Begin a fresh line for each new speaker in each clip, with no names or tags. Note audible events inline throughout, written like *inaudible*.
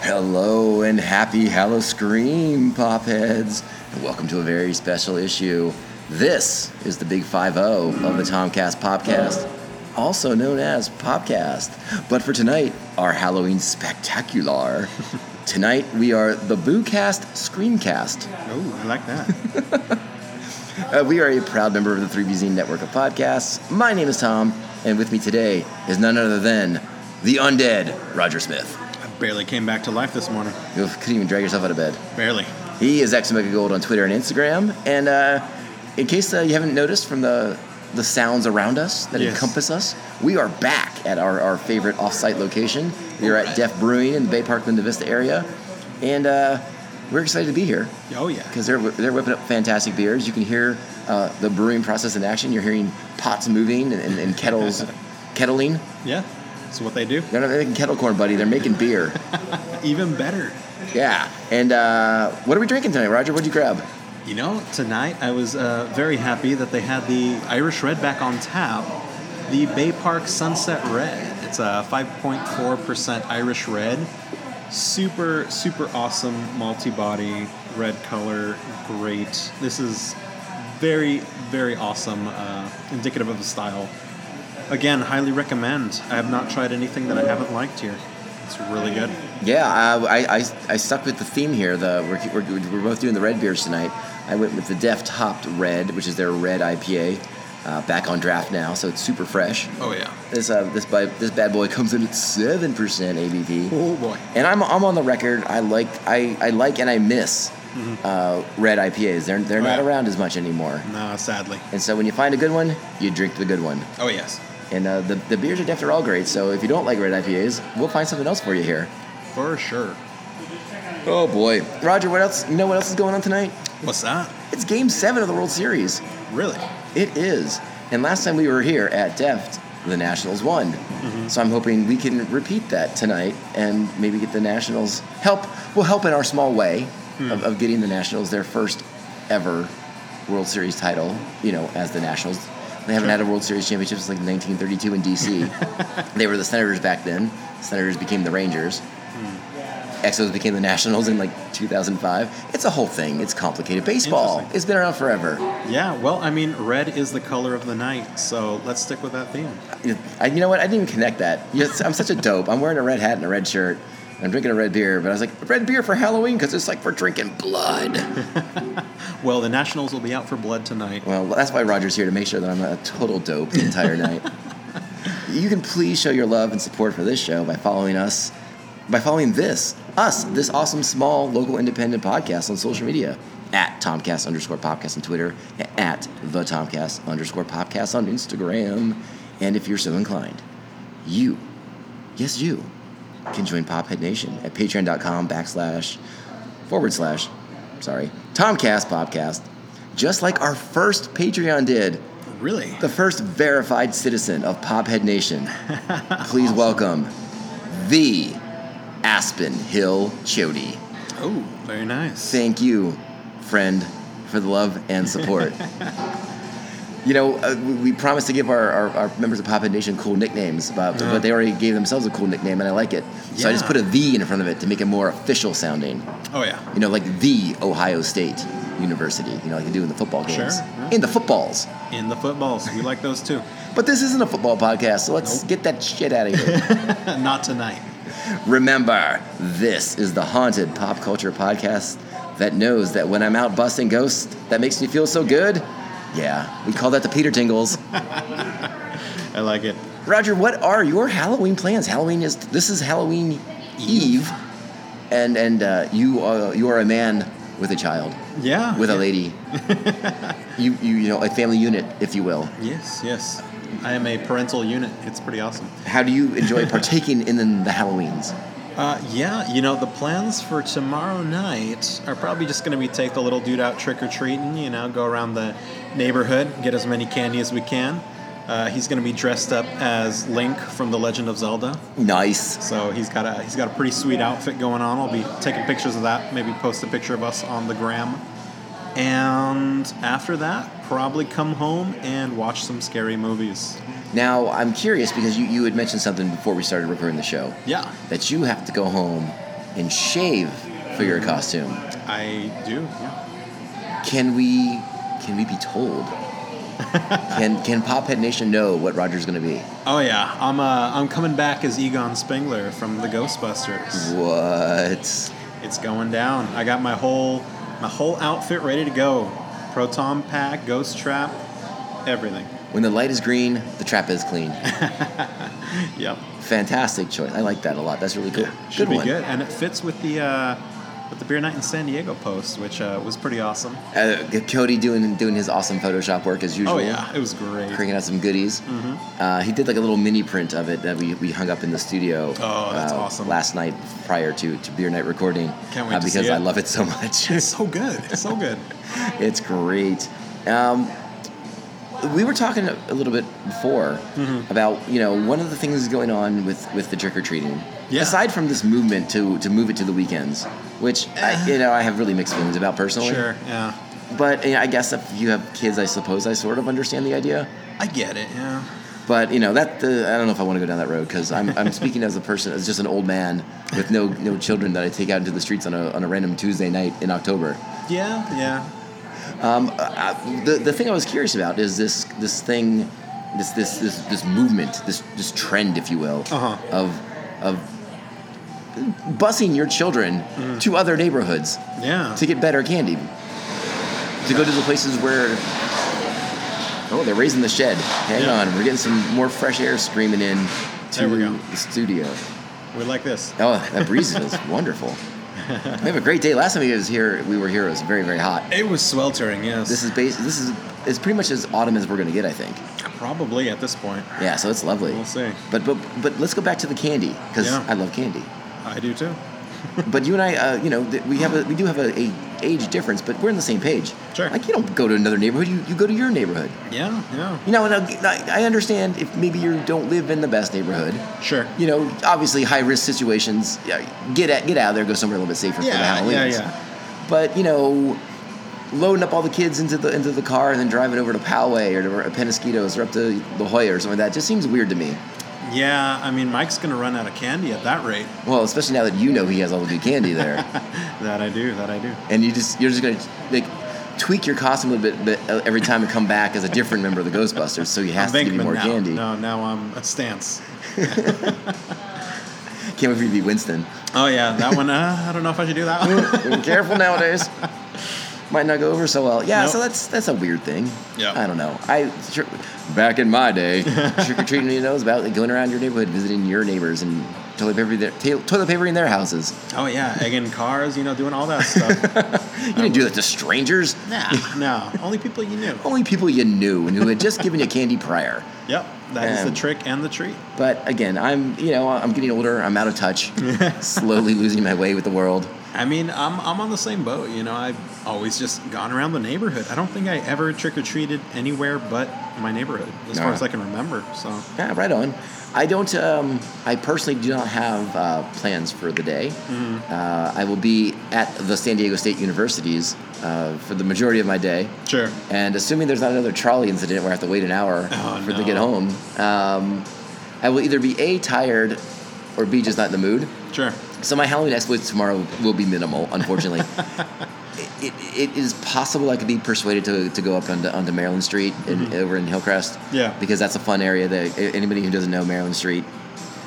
Hello and happy Hallow Scream, Popheads, and welcome to a very special issue. This is the Big 5 0 of the Tomcast Popcast, also known as Popcast. But for tonight, our Halloween spectacular. tonight, we are the Boocast Screencast.
Oh, I like that.
Uh, we are a proud member of the 3BZ network of podcasts. My name is Tom, and with me today is none other than the undead Roger Smith.
*laughs* I barely came back to life this morning.
You couldn't even drag yourself out of bed.
Barely.
He is Gold on Twitter and Instagram. And uh, in case uh, you haven't noticed from the the sounds around us that
Yes.
encompass us, we are back at our, our favorite off-site location. We are at Def Brewing in the Bay Park, Linda Vista area, and uh, we're excited to be here
Oh yeah.
because they're they're whipping up fantastic beers. You can hear uh, the brewing process in action. You're hearing pots moving and, and, and kettles kettling.
Yeah. That's what they do.
They're not making kettle corn, buddy. They're making beer.
Even better.
yeah. And uh, what are we drinking tonight, Roger? What'd you grab?
You know, tonight I was uh, very happy that they had the Irish Red back on tap, the Bay Park Sunset Red. It's a 5.4% Irish Red. Super, super awesome multi body, red color, great. This is very, very awesome, uh, indicative of the style. Again, highly recommend. I have not tried anything that I haven't liked here. It's really good.
Yeah, uh, I, I, I stuck with the theme here. The we're, we're, we're both doing the red beers tonight. I went with the Deft Hopped Red, which is their red IPA, uh, back on draft now, so it's super fresh.
Oh, yeah.
This uh, this by, this bad boy *laughs* comes in at seven percent ABV,
Oh, boy.
and I'm, I'm on the record. I like I, I like and I miss uh, red IPAs. They're they're
Mm-hmm. Oh,
not
yeah.
around as much anymore.
Nah, sadly.
And so when you find a good one, you drink the good one.
Oh, yes.
And uh, the the beers at Deft are all great. So if you don't like red IPAs, we'll find something else for you here.
For sure.
Oh boy, Roger. What else? You know what else is going on tonight?
What's that?
It's Game Seven of the World Series.
Really?
It is. And last time we were here at Deft, the Nationals won. So I'm hoping we can repeat that tonight and maybe get the Nationals help. We'll help in our small way of, of getting the Nationals their first ever World Series title. You know, as the Nationals, they haven't had a World Series championship since like 1932 in DC. they were the Senators back then. Senators became the Rangers. Exos became the Nationals in like 2005. It's a whole thing. It's complicated. Baseball.
Interesting.
It's been around forever.
Yeah, well, I mean, red is the color of the night, so let's stick with that theme.
I, you know what? I didn't even connect that. Yes, I'm such a dope. I'm wearing a red hat and a red shirt. And I'm drinking a red beer, but I was like, red beer for Halloween because it's like for drinking blood.
Well, the Nationals will be out for blood tonight.
Well, that's why Roger's here to make sure that I'm not a total dope the entire night. You can please show your love and support for this show by following us, by following this, us, this awesome small local independent podcast on social media at Tomcast underscore podcast on Twitter, at the Tomcast underscore podcast on Instagram. And if you're so inclined, you, yes, you, can join Pophead Nation at patreon.com backslash forward slash, sorry, Tomcast Podcast, just like our first Patreon did
Really?
the first verified citizen of Pophead Nation. Please welcome the Aspen Hill Chody.
Oh, very nice.
Thank you, friend, for the love and
*laughs*
support. you know, uh, we- we promised to give our, our, our members of Pophead Nation cool nicknames, but, but they already gave themselves a cool nickname, and I like it. So I just
Uh-huh. Yeah.
put a "the" in front of it to make it more official sounding.
Oh, yeah.
You know, like the Ohio State University. You know, like they do in the football
Sure,
games,
yeah.
in the footballs.
In the footballs. We like those too. *laughs*
But this isn't a football podcast, so let's
Nope.
get that shit out of here.
Not tonight.
Remember, this is the haunted pop culture podcast that knows that when I'm out busting ghosts, that makes me feel so good. Yeah, we call that the Peter Tingles.
I like it.
Roger, what are your Halloween plans? Halloween is this is Halloween Eve, and and uh, you are you are a man with a child,
Yeah.
with a lady. you, you you know a family unit, if you will.
Yes, yes. I am a parental unit. It's pretty awesome.
How do you enjoy partaking in the, the Halloweens?
Uh, yeah, you know, the plans for tomorrow night are probably just going to be take the little dude out trick or treating, you know, go around the neighborhood, get as many candy as we can. Uh, he's going to be dressed up as Link from The Legend of Zelda,
Nice.
so he's got a he's got a pretty sweet outfit going on. I'll be taking pictures of that, maybe post a picture of us on the gram. And after that, probably come home and watch some scary movies.
Now, I'm curious because you, you had mentioned something before we started recording the show
Yeah.
that you have to go home and shave for your costume.
I do. Yeah.
Can we can we be
*laughs*
told? can can Pophead Nation know what Roger's gonna be?
Oh yeah, I'm uh, I'm coming back as Egon Spengler from the Ghostbusters.
What?
It's going down. I got my whole my whole outfit ready to go. Proton pack, ghost trap, everything. *laughs*
When the light is green, the trap is clean.
Yep.
Fantastic choice. I like that a lot. That's really cool.
Should
good
be
one.
good, and it fits with the uh, with the beer night in San Diego post, which uh, was pretty awesome.
Uh, Cody doing doing his awesome Photoshop work as usual.
Oh yeah, Mm-hmm. it was great.
Cranking out some goodies. Uh, he did like a little mini print of it that we, we hung up in the studio.
Oh, that's
uh,
awesome.
Last night prior to, to beer night recording.
Can't wait
uh,
to
because
see
I
it.
love it so
*laughs*
much.
It's so good. It's so *laughs* good.
it's great. Um, we were talking a a little bit before
Mm-hmm.
about you know one of the things going on with with the trick or treating.
Yeah.
Aside from this movement to to move it to the weekends, which I, you know I have really mixed feelings about personally.
Uh. Sure. Yeah.
But you know, I guess if you have kids, I suppose I sort of understand the idea.
I get it. Yeah.
But you know that the, I don't know if I want to go down that road because I'm, I'm speaking as a person as just an old man with no no children that I take out into the streets on a on a random Tuesday night in October.
Yeah. Yeah.
I, the the thing I was curious about is this this thing, this this this this movement, this this trend, if you will,
Uh-huh.
of of busing your children
Mm-hmm.
to other neighborhoods
Yeah.
to get better candy, to go to the places where. Oh, they're raising the shed. Hang
Yeah.
on, we're getting some more fresh air streaming in to
There we go.
the studio.
We like this.
Oh, that breeze
*laughs*
is wonderful. We have a great day. Last time we was here, we were here. It was very, very hot.
It was sweltering. Yes.
This is base. This is it's pretty much as autumn as we're gonna get, I think.
probably at this point.
Yeah, so it's lovely.
We'll see.
But but but let's go back to the candy because
Yeah.
I love candy.
I do too.
but you and I, uh, you know, th- we have a we do have a, a age difference, but we're on the same page.
Sure.
Like you don't go to another neighborhood. You, you go to your neighborhood.
Yeah. Yeah.
You know, and I, I understand if maybe you don't live in the best neighborhood.
Sure.
You know, obviously high risk situations. yeah, Get out, get out of there. Go somewhere a little bit safer for the
Yeah.
Halloween.
Yeah. Yeah.
But you know, loading up all the kids into the into the car and then driving over to Poway or to Penasquitos or up to La Jolla or something like that just seems weird to me.
Yeah. I mean, Mike's gonna run out of candy at that rate.
Well, especially now that you know he has all the good candy there,
*laughs* That I do. That I do.
and you just you're just gonna like tweak your costume a little bit, bit uh, every time you come back as a different member of the Ghostbusters, so he has to give you
Venkman
more
now.
candy.
No, now I'm a stance.
Can't wait for you to be Winston.
Oh yeah, that one. Uh, I don't know if I should do that one. *laughs*
Being careful nowadays. Might not go over so well. Yeah, so
Nope.
that's that's a weird thing.
Yeah.
I don't know. I tr- back in my
*laughs*
day, trick or treating you know is about like, going around your neighborhood, visiting your neighbors, and toilet paper their, ta- toilet papering their houses.
oh yeah, egging cars, you know, doing all that *laughs* stuff.
You didn't do that to strangers.
nah, no, only people you knew.
Only people you knew and who had just given you candy prior.
Yep, that is
Um,
the trick and the treat.
But again, I'm you know I'm getting older. I'm out of
*laughs*
touch. slowly losing my way with the world.
I mean, I'm I'm on the same boat. You know, I've always just gone around the neighborhood. I don't think I ever trick or treated anywhere but my neighborhood, as
Nah.
far as I can remember. So
Yeah, right on. I don't. Um, I personally do not have uh, plans for the day.
Mm-hmm.
Uh, I will be at the San Diego State Universities uh, for the majority of my day,
sure,
and assuming there's not another trolley incident where I have to wait an hour
*laughs* Oh,
for it to
no.
get home, um, I will either be a tired, or b just not in the mood.
sure.
So my Halloween exploits tomorrow will be minimal,
*laughs*
unfortunately. it, it, it is possible I could be persuaded to, to go up onto, onto Maryland Street and over in Hillcrest.
Mm-hmm. Yeah.
Because that's a fun area that a- anybody who doesn't know Maryland Street,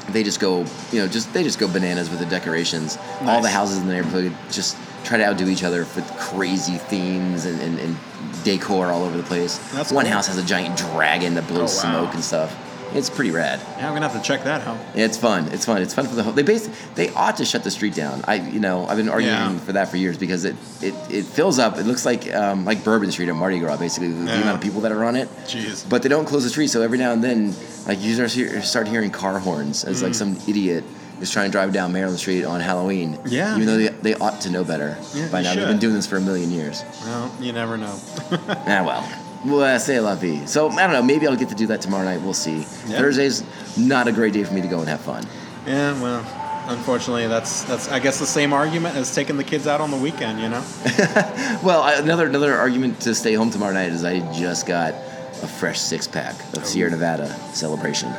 they just go, you know, just they just go bananas with the decorations. All the
Nice.
houses in the neighborhood just try to outdo each other with crazy themes and, and, and decor all over the place.
That's
One
cool.
house has a giant dragon that blows
Oh, wow.
smoke and stuff. It's pretty rad.
Yeah, I'm gonna have to check that out.
Yeah, It's fun. It's fun. It's fun for the whole. They bas They ought to shut the street down. I, you know, I've been arguing
Yeah.
for that for years because it, it, it fills up. It looks like um, like Bourbon Street or Mardi Gras, basically with the
Yeah.
amount of people that are on it.
Jeez.
But they don't close the street, so every now and then, like you start hear, start hearing car horns as
Mm.
like some idiot is trying to drive down Maryland Street on Halloween.
Yeah.
Even though they, they ought to know better
Yeah,
by
they
now. They've been
should.
doing this for a million years.
Well, you never know.
Ah, well. Well, I say la vie. So I don't know. Maybe I'll get to do that tomorrow night. We'll see.
Yeah.
Thursday's not a great day for me to go and have fun.
Yeah, well, unfortunately, that's that's I guess the same argument as taking the kids out on the weekend. You know?
Well, I, another another argument to stay home tomorrow night is I just got a fresh six pack of Sierra Nevada celebration.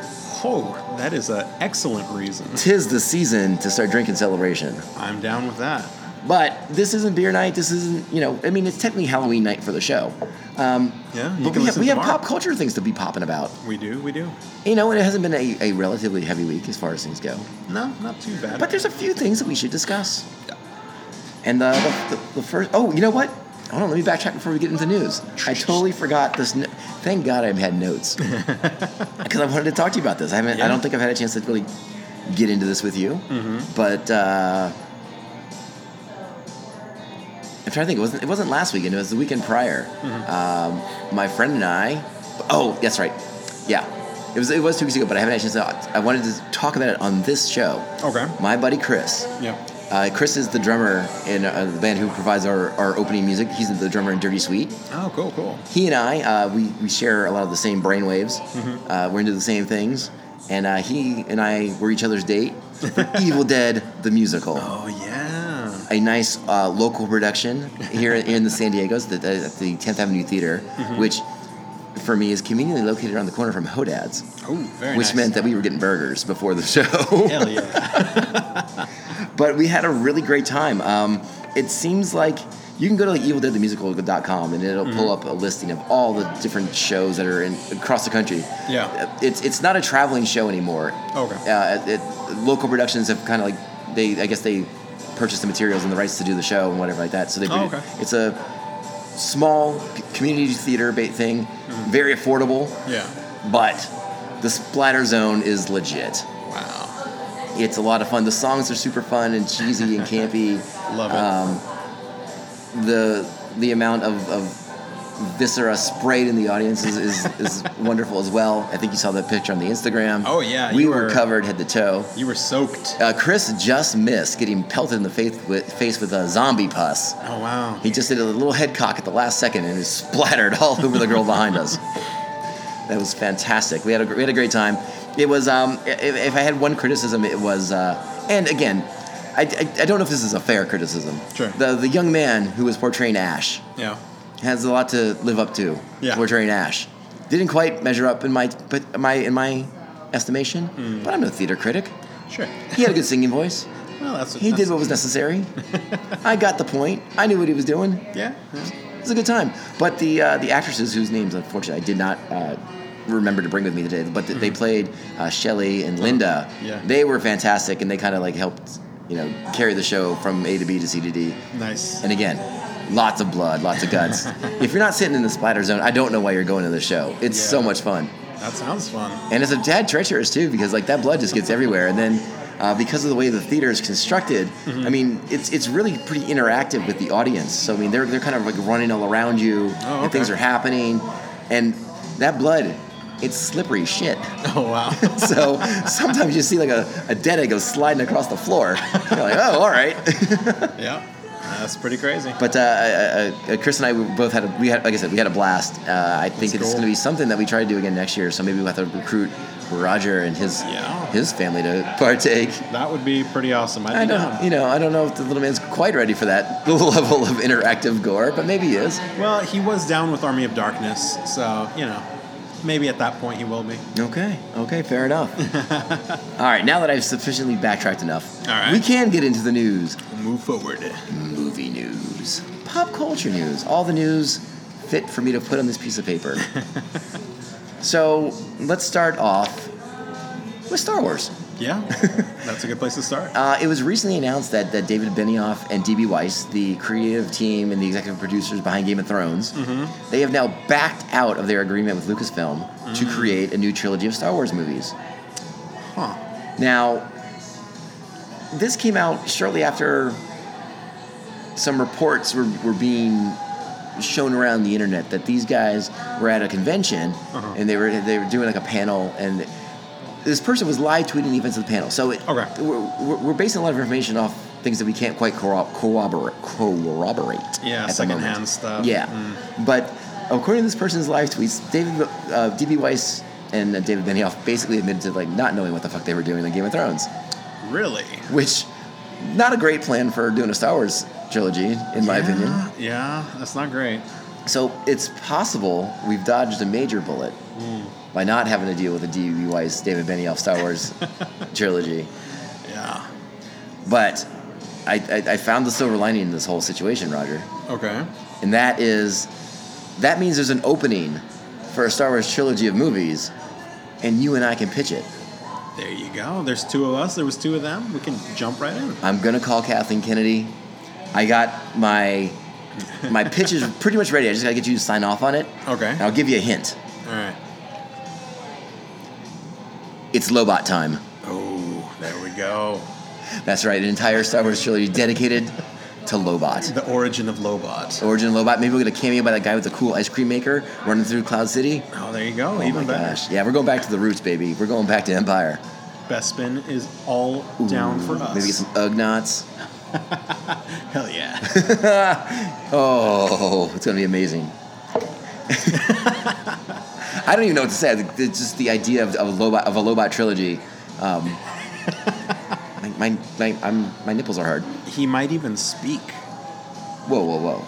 Oh, that is an excellent reason.
Tis the season to start drinking celebration.
I'm down with that.
But this isn't beer night. This isn't, you know, I mean, it's technically Halloween night for the show. Um,
Yeah, you
but we
can
have,
listen
we have
tomorrow.
pop culture things to be popping about.
We do, we do.
You know, and it hasn't been a, a relatively heavy week as far as things go.
No, not too bad.
But there's a few things that we should discuss. And the, the, the, the first, oh, you know what? Hold on, let me backtrack before we get into news. I totally forgot this. No- Thank God I've had notes because I wanted to talk to you about this. I haven't. I
Yeah.
don't think I've had a chance to really get into this with you. But uh, I'm trying to think. It wasn't. It wasn't last weekend. It was the weekend prior. Um, my friend and I. Oh, that's right. Yeah, it was. It was two weeks ago, but I haven't had a chance to. I wanted to talk about it on this show.
Okay.
My buddy Chris.
Yep.
Uh, Chris is the drummer in uh, the band who provides our, our opening music. He's the drummer in Dirty Sweet.
Oh, cool, cool.
He and I, uh, we, we share a lot of the same brainwaves.
Mm-hmm.
Uh, we're into the same things. And uh, he and I were each other's date
*laughs*
for Evil Dead, the musical.
Oh, yeah.
A nice uh, local production here in the San Diego's at the, at the 10th Avenue Theater,
Mm-hmm.
which for me is conveniently located around the corner from Hodad's,
Oh, very
which
nice.
meant that we were getting burgers before the show.
Hell yeah.
but we had a really great time. Um, it seems like you can go to like evildeadthemusical.com and it'll pull
Mm-hmm.
up a listing of all the different shows that are in across the country.
Yeah.
Uh, it's it's not a traveling show anymore.
Okay.
Uh, it, it- local productions have kind of like they I guess they purchased the materials and the rights to do the show and whatever like that. So they
Oh,
produ-
okay.
it's a small c- community theater ba- thing,
Mm-hmm.
very affordable,
yeah.
but the splatter zone is legit
Wow.
it's a lot of fun. The songs are super fun and cheesy and campy.
*laughs*
Um,
Love it.
the the amount of, of viscera sprayed in the audience is, is, is *laughs* wonderful as well. I think you saw that picture on the Instagram.
Oh, yeah,
we
you
were,
were-
covered head to toe.
you were soaked.
Uh, Chris just missed getting pelted in the face with, face with a zombie pus.
Oh, wow.
He just did a little head cock at the last second and it splattered all over the girl behind us. That was fantastic. We had a gr- we had a great time. It was um, i- if, if I had one criticism, it was uh, and again, I, I, I don't know if this is a fair criticism.
Sure.
The the young man who was portraying Ash
Yeah.
has a lot to live up to.
Yeah.
Portraying Ash didn't quite measure up in my but my in my estimation.
Hmm.
But I'm no theater critic.
Sure.
He had a good singing
*laughs*
voice.
Well, that's
He
that's-
did what was
*laughs*
necessary. I got the point. I knew what he was doing.
Yeah. yeah.
It was a good time. But the uh, the actresses whose names, unfortunately, I did not uh, remember to bring with me today, but th- they played uh, Shelley and Linda.
Mm-hmm. Yeah.
They were fantastic, and they kind of like helped, you know, carry the show from A to B to C to D.
Nice.
And again, lots of blood, lots of
*laughs*
guts. if you're not sitting in the splatter zone, I don't know why you're going to the show. It's so
Yeah.
much fun,
that sounds fun. *laughs*
and it's a tad treacherous too because like that blood just gets everywhere, and then. Uh, because of the way the theater is constructed,
Mm-hmm.
I mean, it's it's really pretty interactive with the audience. So I mean, they're they're kind of like running all around you,
Oh,
and things
okay.
are happening, and that blood, it's slippery shit. *laughs*
Oh, wow. *laughs*
So sometimes you see like a, a dead egg go sliding across the floor. You're like, oh, all right. *laughs*
yeah. That's pretty crazy.
But uh, uh, uh, Chris and I we both had a, we had like I said we had a blast. Uh, I think
That's
it's
cool.
going to be something that we try to do again next year. So maybe we'll have to recruit Roger and his
Yeah.
his family to partake.
that would be pretty awesome. I'd
I
be
don't,
down.
you know, I don't know if the little man's quite ready for that *laughs* level of interactive gore, but maybe he is.
Well, he was down with Army of Darkness, so, you know, maybe at that point he will be.
Okay, okay, fair
*laughs*
enough. All right, now that I've sufficiently backtracked enough,
All right.
we can get into the news.
Move forward.
movie news, pop culture news, all the news fit for me to put on this piece of paper. so let's start off with Star Wars.
Yeah. *laughs* That's a good place to start.
Uh, it was recently announced that, that David Benioff and D.B. Weiss, the creative team and the executive producers behind Game of Thrones, they have now backed out of their agreement with Lucasfilm to create a new trilogy of Star Wars movies.
Huh.
Now, this came out shortly after some reports were, were being shown around the internet that these guys were at a convention and they were they were doing like a panel and this person was live tweeting the events of the panel. So it,
Okay.
we're, we're- we're basing a lot of information off things that we can't quite corro- corroborate. corroborate
Yeah,
at the
secondhand
moment.
stuff. Mm.
Yeah, but according to this person's live tweets, David uh, DB Weiss and uh, David Benioff basically admitted to like not knowing what the fuck they were doing in Game of Thrones,
Really?
which not a great plan for doing a Star Wars trilogy, in my opinion.
Yeah, Ah, that's not great.
So it's possible we've dodged a major bullet
Mm.
by not having to deal with the DUI's David Benioff Star
*laughs*
Wars trilogy.
Yeah.
But I, I, I found the silver lining in this whole situation, Roger.
Okay.
And that is, that means there's an opening for a Star Wars trilogy of movies, and you and I can pitch it.
There you go. There's two of us. There was two of them. We can jump right in.
I'm gonna call Kathleen Kennedy. I got my my pitch is pretty much ready. I just gotta get you to sign off on it.
Okay.
And I'll give you a hint.
All right.
It's Lobot time.
Oh, there we go.
That's right. An entire Star Wars trilogy dedicated to Lobot.
The origin of Lobot.
Origin of Lobot. Maybe we'll get a cameo by that guy with the cool ice cream maker running through Cloud City.
Oh, there you go.
Oh my
Even better.
gosh. Yeah, we're going back to the roots, baby. We're going back to Empire.
Bespin is all down for us.
Maybe get some Ugg knots.
Hell yeah. *laughs*
Oh, it's gonna be amazing. *laughs* I don't even know what to say. It's just the idea of, of a Lobot of a Lobot trilogy. Um, my my my, I'm, my nipples are hard.
he might even speak.
Whoa, whoa, whoa!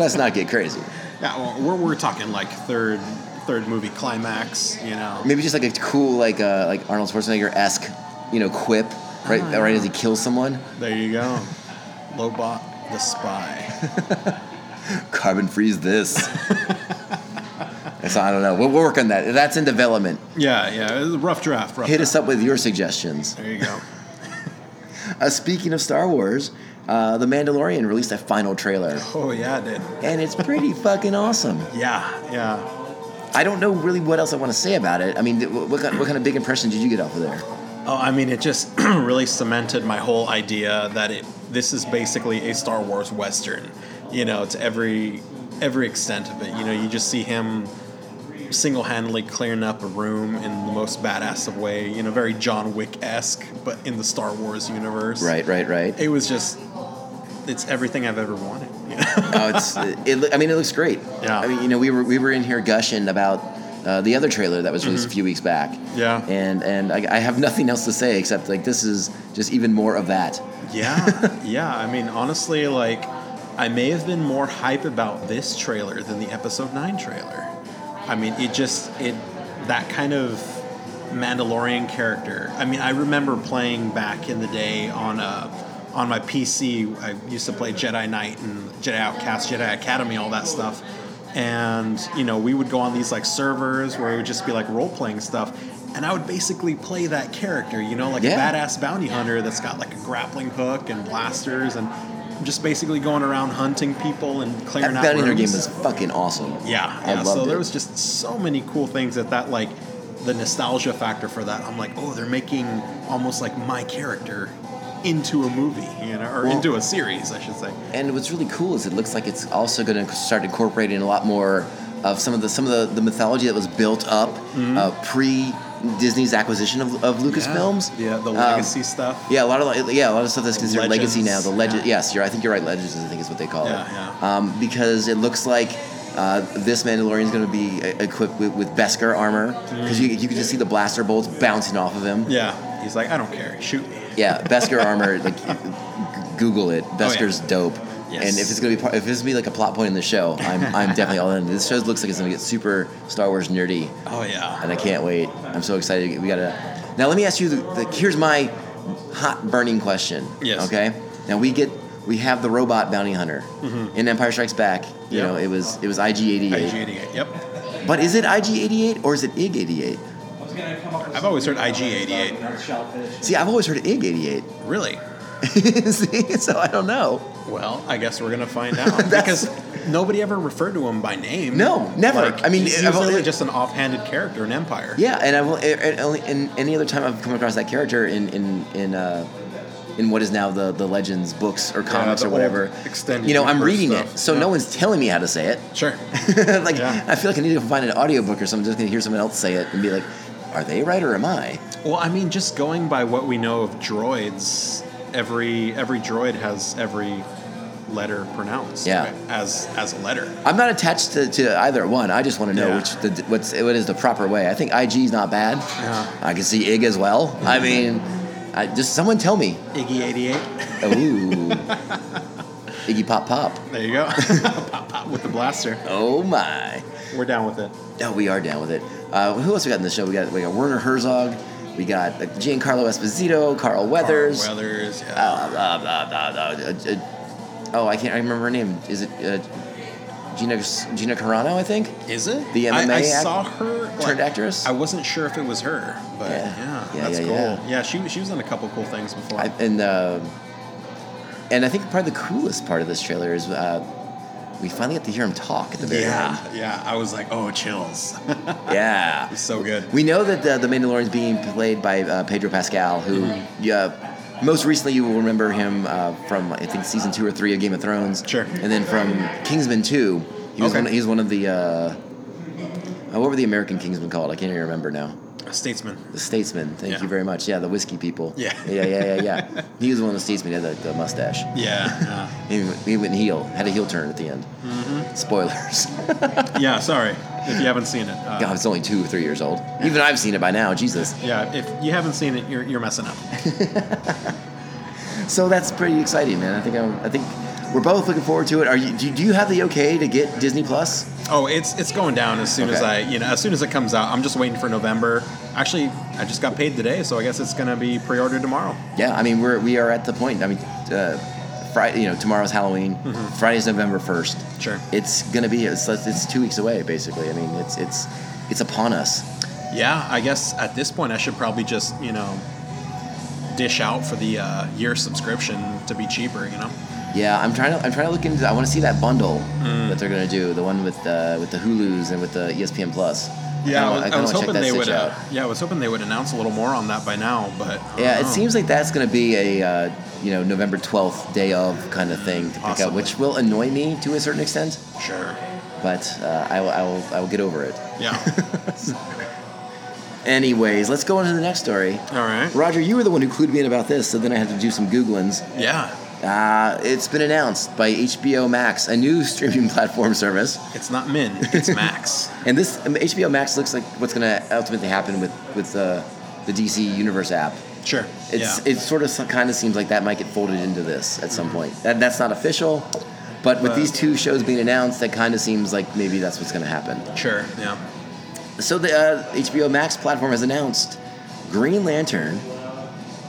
*laughs* Let's not get crazy.
Yeah, well, we're, we're talking like third third movie climax, you know.
Maybe just like a cool like uh, like Arnold Schwarzenegger esque, you know, quip right
Ah.
right as he kills someone.
There you go. Lobot the spy. *laughs*
Carbon freeze this. so I don't know. We'll we'll work on that. That's in development.
Yeah, yeah. It was a rough draft. Rough
Hit us
draft.
up with your suggestions.
There you go.
Uh, speaking of Star Wars, uh, The Mandalorian released a final trailer,
Oh yeah, it did.
and it's pretty fucking awesome.
Yeah, yeah.
I don't know really what else I want to say about it. I mean, th- what kind, what kind of big impression did you get off of there?
Oh, I mean, it just *clears throat* really cemented my whole idea that it this is basically a Star Wars western, you know, to every every extent of it. You know, you just see him single-handedly clearing up a room in the most badass of way, you know, very John Wick-esque, but in the Star Wars universe.
Right, right, right.
It was just it's everything I've ever wanted. You know?
Oh, it's. It, loo- I mean, it looks great.
Yeah.
I mean, you know, we were we were in here gushing about uh, the other trailer that was released a few weeks back.
Mm-hmm. Yeah.
And and I, I have nothing else to say except like this is just even more of that.
yeah, yeah. I mean, honestly, like, I may have been more hype about this trailer than the episode nine trailer. I mean, it just it that kind of Mandalorian character. I mean, I remember playing back in the day on a on my PC. I used to play Jedi Knight and Jedi Outcast, Jedi Academy, all that stuff. And you know, we would go on these like servers where it would just be like role playing stuff. And I would basically play that character, you know, like a
Yeah.
badass badass bounty hunter that's got like a grappling hook and blasters and just basically going around hunting people and
That
clearing out
bounty hunter game was
rooms.
fucking awesome.
yeah,
I
yeah.
loved
So there
it.
was just so many cool things that that like the nostalgia factor for that. I'm like, oh, they're making almost like my character into a movie, you know, or
Well-
into a series, I should say.
And what's really cool is it looks like it's also going to start incorporating a lot more of some of the some of the, the mythology that was built up uh, pre Disney's acquisition of, of Lucasfilms.
Mm-hmm. Yeah, the
Um,
legacy stuff.
yeah, a lot of like, yeah, a lot of stuff that's considered legacy now.
Legends,
The legend,
yeah.
yes, you're. I think you're right. Legends, I think is what they call
Yeah,
it.
yeah.
Um, because it looks like uh, this Mandalorian is going to be uh, equipped with, with Beskar armor
Mm.
because you, you can just see the blaster bolts bouncing off of him.
Yeah, he's like, I don't care, shoot me.
Yeah, Besker armor.
*laughs*
Like, g- Google it. Besker's dope.
Oh, Yes.
And if it's gonna be part, if this be like a plot point in the show, I'm, I'm definitely all in. This show looks like it's gonna get super Star Wars nerdy,
Oh yeah.
and I can't wait. I'm so excited. We gotta. Now let me ask you. The, the, here's my hot burning question.
Yes.
Okay. Now we get we have the robot bounty hunter in Empire Strikes Back. You
Mm-hmm. Yeah.
know it was it was IG88.
IG88. Yep.
But is it IG88 or is it IG88?
I've always heard IG88.
See, I've always heard IG88.
Really?
*laughs* See, so I don't know.
Well, I guess we're gonna
*laughs*
find out
That's-
because nobody ever referred to him by name.
No, never. I mean,
he's
I've
usually
only-
just an offhanded character in Empire.
Yeah, and I've only, and only and any other time I've come across that character in in in uh, in what is now the the Legends books or comics
the
or whatever.
old extended
You know, I'm
universe
reading it,
stuff.
so
Yeah.
no one's telling me how to say it. *laughs*
Sure.
like
Yeah.
I feel like I need to find an audiobook or something. Just gonna hear someone else say it and be like, "Are they right or am I?"
well, I mean, just going by what we know of droids, every every droid has every letter pronounced.
Yeah.
right, As as a letter.
I'm not attached to, to either one. I just want to know
Yeah.
which the, what's what is the proper way. I think IG is not bad.
Yeah.
I can see IG as well. I mean, I, just someone tell me.
Iggy88.
Ooh. Iggy Pop Pop.
*laughs* There you go. *laughs* pop, pop with the blaster.
Oh my.
We're down with it.
No, Oh, we are down with it. Uh, who else we got in the show? We got we got Werner Herzog. We got uh, Giancarlo Esposito, Carl Weathers.
Carl Weathers, yeah.
Uh, uh, uh, uh, uh, uh, oh, I can't I remember her name. Is it uh, Gina Gina Carano? I think.
Is it?
The
I,
MMA
I
act-
saw her like,
turned actress?
I wasn't sure if it was her, but
Yeah.
yeah,
Yeah,
that's
yeah,
cool.
yeah.
Yeah. she she was in a couple cool things before.
I, and uh, and I think probably the coolest part of this trailer is uh, we finally get to hear him talk at the very end.
yeah, yeah. I was like, oh, chills. *laughs*
Yeah.
it's so good.
We know that uh, the, the Mandalorian is being played by uh, Pedro Pascal, who, yeah, most recently you will remember him uh, from I think season two or three of Game of Thrones.
Sure.
And then from Kingsman two, he was
Okay.
one, he was one of the. Uh, uh, what were the American Kingsmen called? I can't even remember now. *laughs*
A statesman.
The Statesman. Thank
Yeah.
you very much. Yeah, the whiskey people.
Yeah.
Yeah, yeah, yeah, yeah. he was one of the Statesmen. He had the, the mustache.
Yeah,
He, went- he went heel. Had a heel turn at the end.
Mm-hmm.
Spoilers. *laughs*
yeah. yeah. Sorry if you haven't seen it. Uh,
God, it's only two or three years old. Even I've seen it by now. Jesus.
Yeah, if you haven't seen it, you're, you're messing up.
So that's pretty exciting, man. I think I'm, I think we're both looking forward to it. Are you? Do, do you have the okay to get Disney Plus?
Oh, it's it's going down as soon as I
Okay.
you know as soon as it comes out. I'm just waiting for November. Actually, I just got paid today, so I guess it's gonna be pre-ordered tomorrow.
Yeah, I mean we're we are at the point. I mean, uh, Friday. You know, tomorrow's Halloween.
Mm-hmm.
Friday's November first.
Sure.
It's gonna be. It's it's two weeks away, basically. I mean, it's it's it's upon us.
Yeah, I guess at this point I should probably just you know dish out for the uh, year subscription to be cheaper. You know.
Yeah, I'm trying to I'm trying to look into. I want to see that bundle
Mm.
that they're gonna do. The one with uh, with the Hulu's and with the E ESPN Plus.
Yeah,
kinda
I
wa-
was,
kinda
I was
wanna check
hoping
that
they
stitch
would. Uh,
out.
yeah, I was hoping they would announce a little more on that by now, but I don't
Yeah, it
know.
seems like that's going to be a uh, you know November twelfth day of kind of thing to pick up,
Possibly.
which will annoy me to a certain extent,
sure.
but uh, I, will, I will I will get over it.
*laughs* Yeah.
Anyways, let's go on to the next story.
All right.
Roger, you were the one who clued me in about this, so then I had to do some googlings.
Yeah,
Uh, it's been announced by HBO Max, a new *laughs* streaming platform service,
it's not Min, it's *laughs* Max.
and this um, HBO Max looks like what's going to ultimately happen with with uh, the DC Universe app.
sure.
It's
yeah.
it sort of kind of seems like that might get folded into this at some point. That, that's not official, but with
But-
these two shows being announced, that kind of seems like maybe that's what's going to happen.
sure. Yeah.
So the uh, HBO Max platform has announced Green Lantern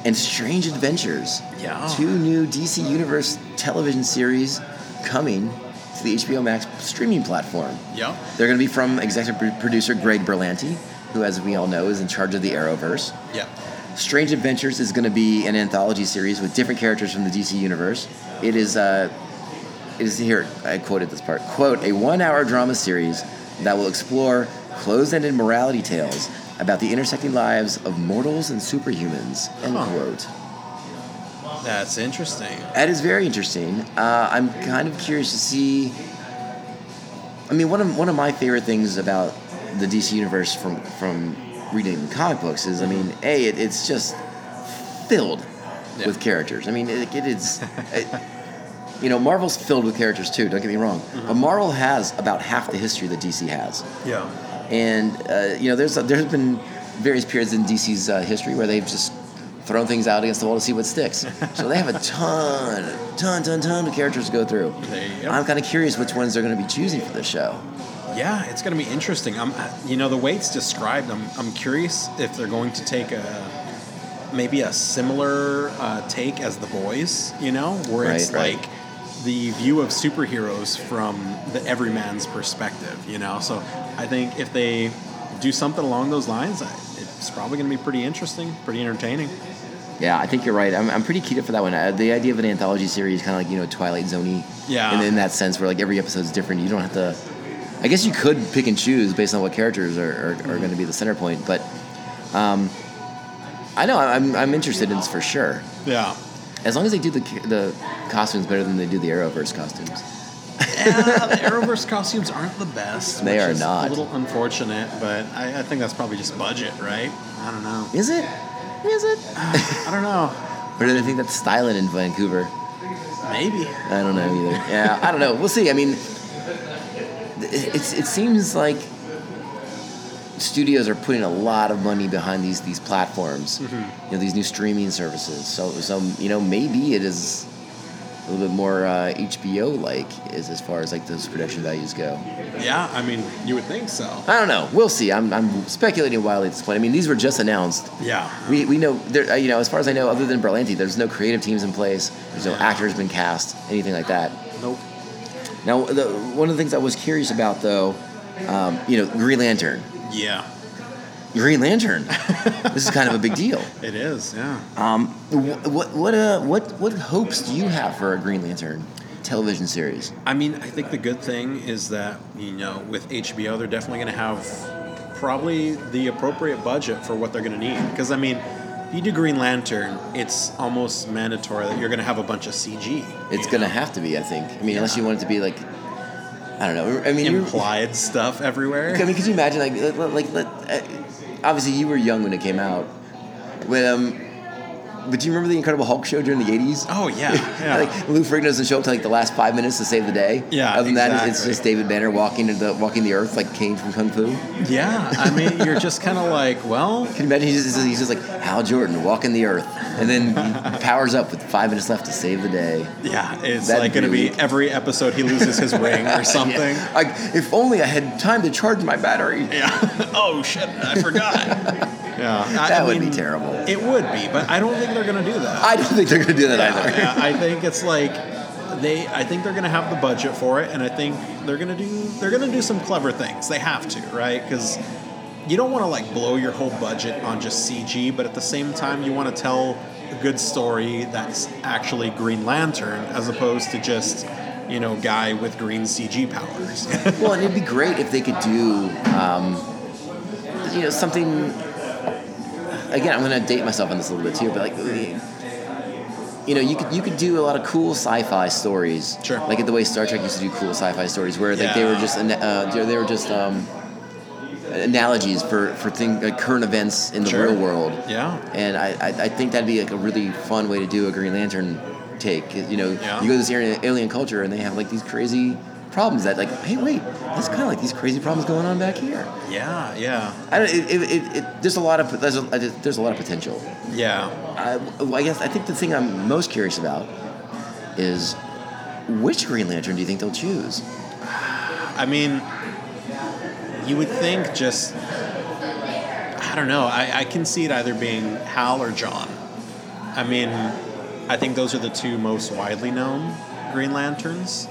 and Strange Adventures,
Yeah.
two new DC Universe television series coming to the HBO Max streaming platform.
Yeah.
They're going to be from executive pro- producer Greg Berlanti, who, as we all know, is in charge of the Arrowverse.
Yeah.
Strange Adventures is going to be an anthology series with different characters from the DC universe. It is uh, it is here. I quoted this part. Quote: A one-hour drama series that will explore closed-ended morality tales about the intersecting lives of mortals and superhumans. End
Huh.
quote.
That's interesting.
That is very interesting. Uh, I'm kind of curious to see. I mean, one of one of my favorite things about the DC universe from from reading comic books is, I mean, a it, it's just filled
Yeah.
with characters. I mean, it, it is. It, you know, Marvel's filled with characters too. Don't get me wrong, but Marvel has about half the history that DC has
Yeah.
and uh, you know there's there's been various periods in DC's uh, history where they've just thrown things out against the wall to see what sticks. so they have a ton, ton, ton, ton of characters to go through.
There you go.
I'm kind of curious which ones they're going to be choosing for this show.
Yeah, it's going to be interesting. I'm, you know, the way it's described, I'm, I'm curious if they're going to take a maybe a similar uh, take as the boys. You know, where it's
Right, right.
like the view of superheroes from the everyman's perspective. You know, so I think if they do something along those lines, I- it's probably going to be pretty interesting, pretty entertaining.
Yeah, I think you're right. I'm, I'm pretty keyed up for that one. Uh, the idea of an anthology series, kind of like you know Twilight Zone.
Yeah.
And in that sense, where like every episode's different, you don't have to. I guess you could pick and choose based on what characters are, are, are going to be the center point, but um, I know I'm, I'm interested in this for sure.
Yeah.
As long as they do the the costumes better than they do the Arrowverse costumes.
yeah, the Arrowverse costumes aren't the best.
They
which
are
is
not.
A little unfortunate, but I, I think that's probably just budget, right? I don't know.
Is it? Is it?
I don't know.
Or do they think that's styling in Vancouver?
Maybe.
I don't know either. *laughs* Yeah, I don't know. We'll see. I mean, it, it's, it seems like studios are putting a lot of money behind these these Mm-hmm. platforms, you know, these new streaming services. So so you know maybe it is a little bit more uh, HBO like is as far as like those production values go.
Yeah, I mean, you would think so.
I don't know. We'll see. I'm, I'm speculating wildly at this point. I mean, these were just announced.
Yeah.
We, we know there uh, you know as far as I know, other than Berlanti, there's no creative teams in place. There's no actors been cast, anything like that.
Nope.
Now, the, one of the things I was curious about though, um, you know, Green Lantern.
Yeah.
Green Lantern. this is kind of a big deal.
It is. Yeah.
Um, wh- what what uh, what what hopes do you have for a Green Lantern television series?
I mean, I think the good thing is that, you know, with HBO, they're definitely going to have probably the appropriate budget for what they're going to need. Because, I mean, if you do Green Lantern, it's almost mandatory that you're going to have a bunch of CG.
It's
you
gonna
know,
have to be, I think. I mean, unless you want it to be like, I don't know. I mean, you-
implied stuff everywhere.
I mean, could you imagine like let- let- like let, uh, obviously you were young when it came out, when um. But do you remember the Incredible Hulk show during the '80s?
Oh, yeah. Yeah.
*laughs* like Lou Ferrigno doesn't show up till like the last five minutes to save the day.
Yeah,
Other than that, it's- it's
exactly.
just David Banner walking to the walking the earth like Kane from Kung Fu.
yeah. I mean, you're just kind of like, well,
Can you imagine? He's just, he's just like Hal Jordan walking the earth, and then he
*laughs*
powers up with five minutes left to save the day.
yeah, it's
That'd
like going to
be
be
weak.
every episode he loses his ring or something.
*laughs* Yeah. Like, if only I had time to charge my battery.
Yeah. oh shit! I forgot. yeah. I-
That
I
would be
mean,
terrible.
It would be, but I don't think they're gonna do that.
I don't think they're gonna do that either.
Yeah, Uh, I think it's like they. I think they're gonna have the budget for it, and I think they're gonna do. They're gonna do some clever things. They have to, right? Because you don't want to like blow your whole budget on just CG, but at the same time, you want to tell a good story that's actually Green Lantern, as opposed to just you know guy with green CG powers. *laughs*
Well, and it'd be great if they could do, um, you know, something. Again, I'm going to date myself on this a little bit too, but like, you know, you could you could do a lot of cool sci-fi stories,
Sure.
Like the way Star Trek used to do cool sci-fi stories, where like they were
Yeah.
just an- uh, they were just um, analogies for for thing, uh, current events in the
Sure.
real world.
yeah.
And I, I, I think that'd be like a really fun way to do a Green Lantern take. You know,
Yeah.
you go to this alien, alien culture and they have like these crazy problems that like, hey, wait, that's kind of like these crazy problems going on back here.
Yeah. Yeah.
I don't. It, it, it, it, there's a lot of there's a, there's a lot of potential.
Yeah.
I, I guess I think the thing I'm most curious about is which Green Lantern do you think they'll choose?
I mean, you would think just. I don't know. I, I can see it either being Hal or John. I mean, I think those are the two most widely known Green Lanterns,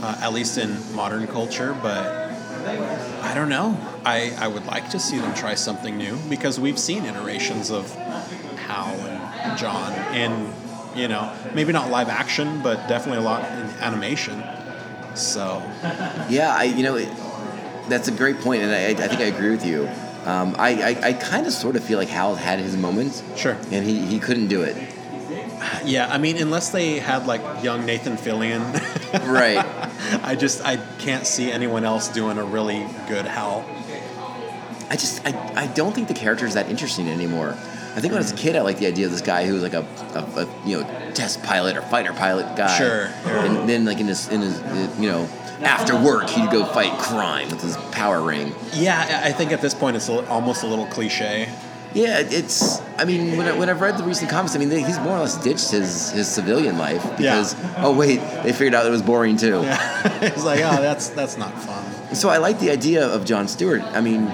uh, at least in modern culture, but. I don't know. I, I would like to see them try something new because we've seen iterations of Hal and John in, you know, maybe not live action, but definitely a lot in animation. So,
Yeah, I you know it, that's a great point, and I, I think I agree with you. Um, I, I, I kind of sort of feel like Hal had his moments,
Sure.
and he, he couldn't do it.
Yeah, I mean, unless they had like young Nathan Fillion, *laughs*
Right.
I just I can't see anyone else doing a really good Hal.
*laughs* I just I, I don't think the character is that interesting anymore. I think when I was a kid, I liked the idea of this guy who was like a, a, a you know test pilot or fighter pilot guy.
Sure, yeah.
And then like in his in his uh, you know after work he'd go fight crime with his power ring.
Yeah, I I think at this point it's a li- almost a little cliche. *laughs*
Yeah, it- it's I mean when, I, when I've read the recent comments, I mean they, he's more or less ditched his his civilian life because oh wait they figured out it was boring too.
it's like, oh, that's that's not fun.
So I like the idea of John Stewart. I mean,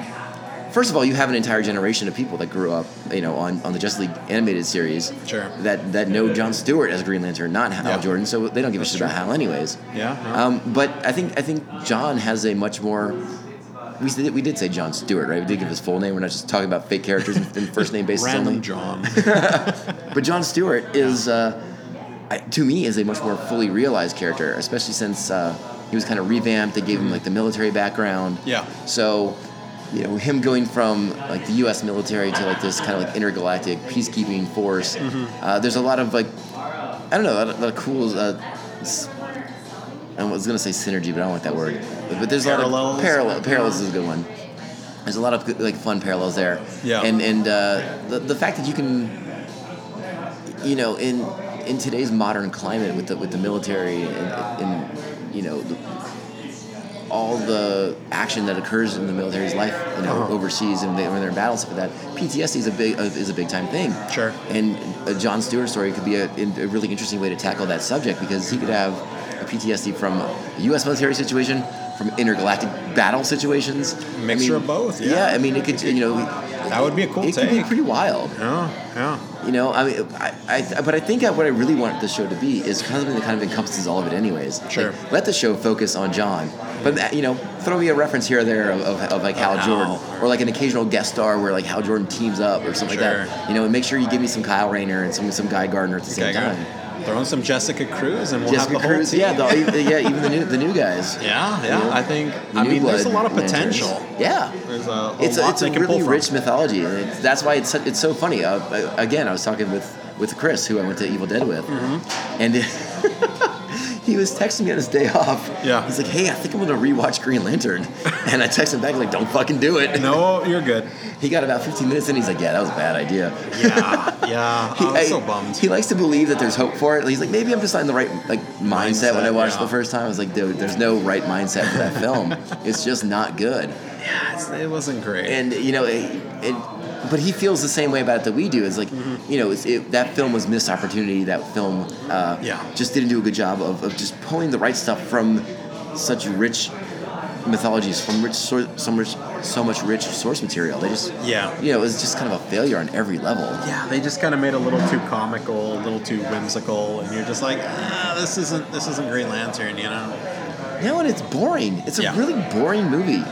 first of all, you have an entire generation of people that grew up, you know, on, on the Justice League animated series.
Sure.
That that know John Stewart as Green Lantern, not Hal
Yeah.
Jordan. So they don't give a shit about Hal, anyways.
Yeah, yeah.
Um, but I think I think John has a much more. We did, we did say John Stewart, right? We did give his full name. We're not just talking about fake characters and and first name basis
Random
only.
John. *laughs*
But John Stewart is, uh, I, to me, is a much more fully realized character, especially since uh, he was kind of revamped. They gave him like the military background.
Yeah.
So, you know, him going from like the U.S. military to like this kind of like intergalactic peacekeeping force.
Mm-hmm.
Uh, there's a lot of like, I don't know, a lot of, a lot of cool. Uh, s- I was gonna say synergy, but I don't like that word. But, there's a lot
Parallels?
of parallel. Parallels is a good one. There's a lot of good, like fun parallels there.
Yeah.
And and uh, the the fact that you can you know, in in today's modern climate with the with the military and, and you know, the, all the action that occurs in the military's life, you know,
Uh-huh.
overseas and they, when they're in battle stuff like that. PTSD is a big of- is a big time thing.
Sure.
And a John Stewart story could be a, in- a really interesting way to tackle that subject because he could have a PTSD from a U.S. military situation, from intergalactic battle situations, I
Mixture
mean,
of both, yeah.
I mean, it could you know.
That would be a cool
It could be
take.
pretty wild.
Yeah, yeah.
You know, I mean, I, I, but I think what I really want this show to be is something that kind of encompasses all of it, anyways.
Sure.
Like, let the show focus on John, but you know, throw me a reference here or there of, of, of like Hal
Hal.
Jordan, or like an occasional guest star where like Hal Jordan teams up or something like
Sure.
that. You know, and make sure you give me some Kyle Rayner and some some Guy Gardner at the same
Okay,
time.
good. Throw in some Jessica Cruz and we'll
Jessica
have the whole
Cruz,
team.
yeah, the, yeah, even the new the new guys.
*laughs* yeah, *laughs* yeah.
Yeah.
I think.
The
I
new
mean, there's a
blood
lot of
lanterns.
potential.
Yeah,
There's a, a
it's a,
lot
it's
they
a
can
really
pull from.
rich mythology, and it's, that's why it's su- it's so funny. Uh, I- again, I was talking with with Chris, who I went to Evil Dead with,
Mm-hmm.
and *laughs* he was texting me on his day off.
Yeah.
he's like, "Hey, I think I'm gonna rewatch Green Lantern," *laughs* and I texted him back like, "Don't fucking do it." *laughs*
No, you're good.
He got about 15 minutes in. He's like, "Yeah, that was a bad idea."
Yeah, yeah. I was Oh, so
I- *laughs*
bummed.
He likes to believe that there's hope for it. He's like, maybe I'm just not in the right like mindset, when I
Mindset,
watched
yeah.
it the first time. I was like, dude, there's no right mindset for that
*laughs*
film. It's just not good.
yeah, it's, it wasn't great.
and you know it, it but he feels the same way about it that we do it's like
Mm-hmm.
you know it's, it, that film was missed opportunity that film uh,
Yeah.
just didn't do a good job of, of just pulling the right stuff from such rich mythologies from rich sor- so much so much rich source material they just
Yeah.
you know it was just kind of a failure on every level
yeah, they just kind of made it a little too comical, a little too whimsical, and you're just like, ah, this isn't this isn't Green Lantern, you know?
no and it's boring it's a
Yeah.
really boring movie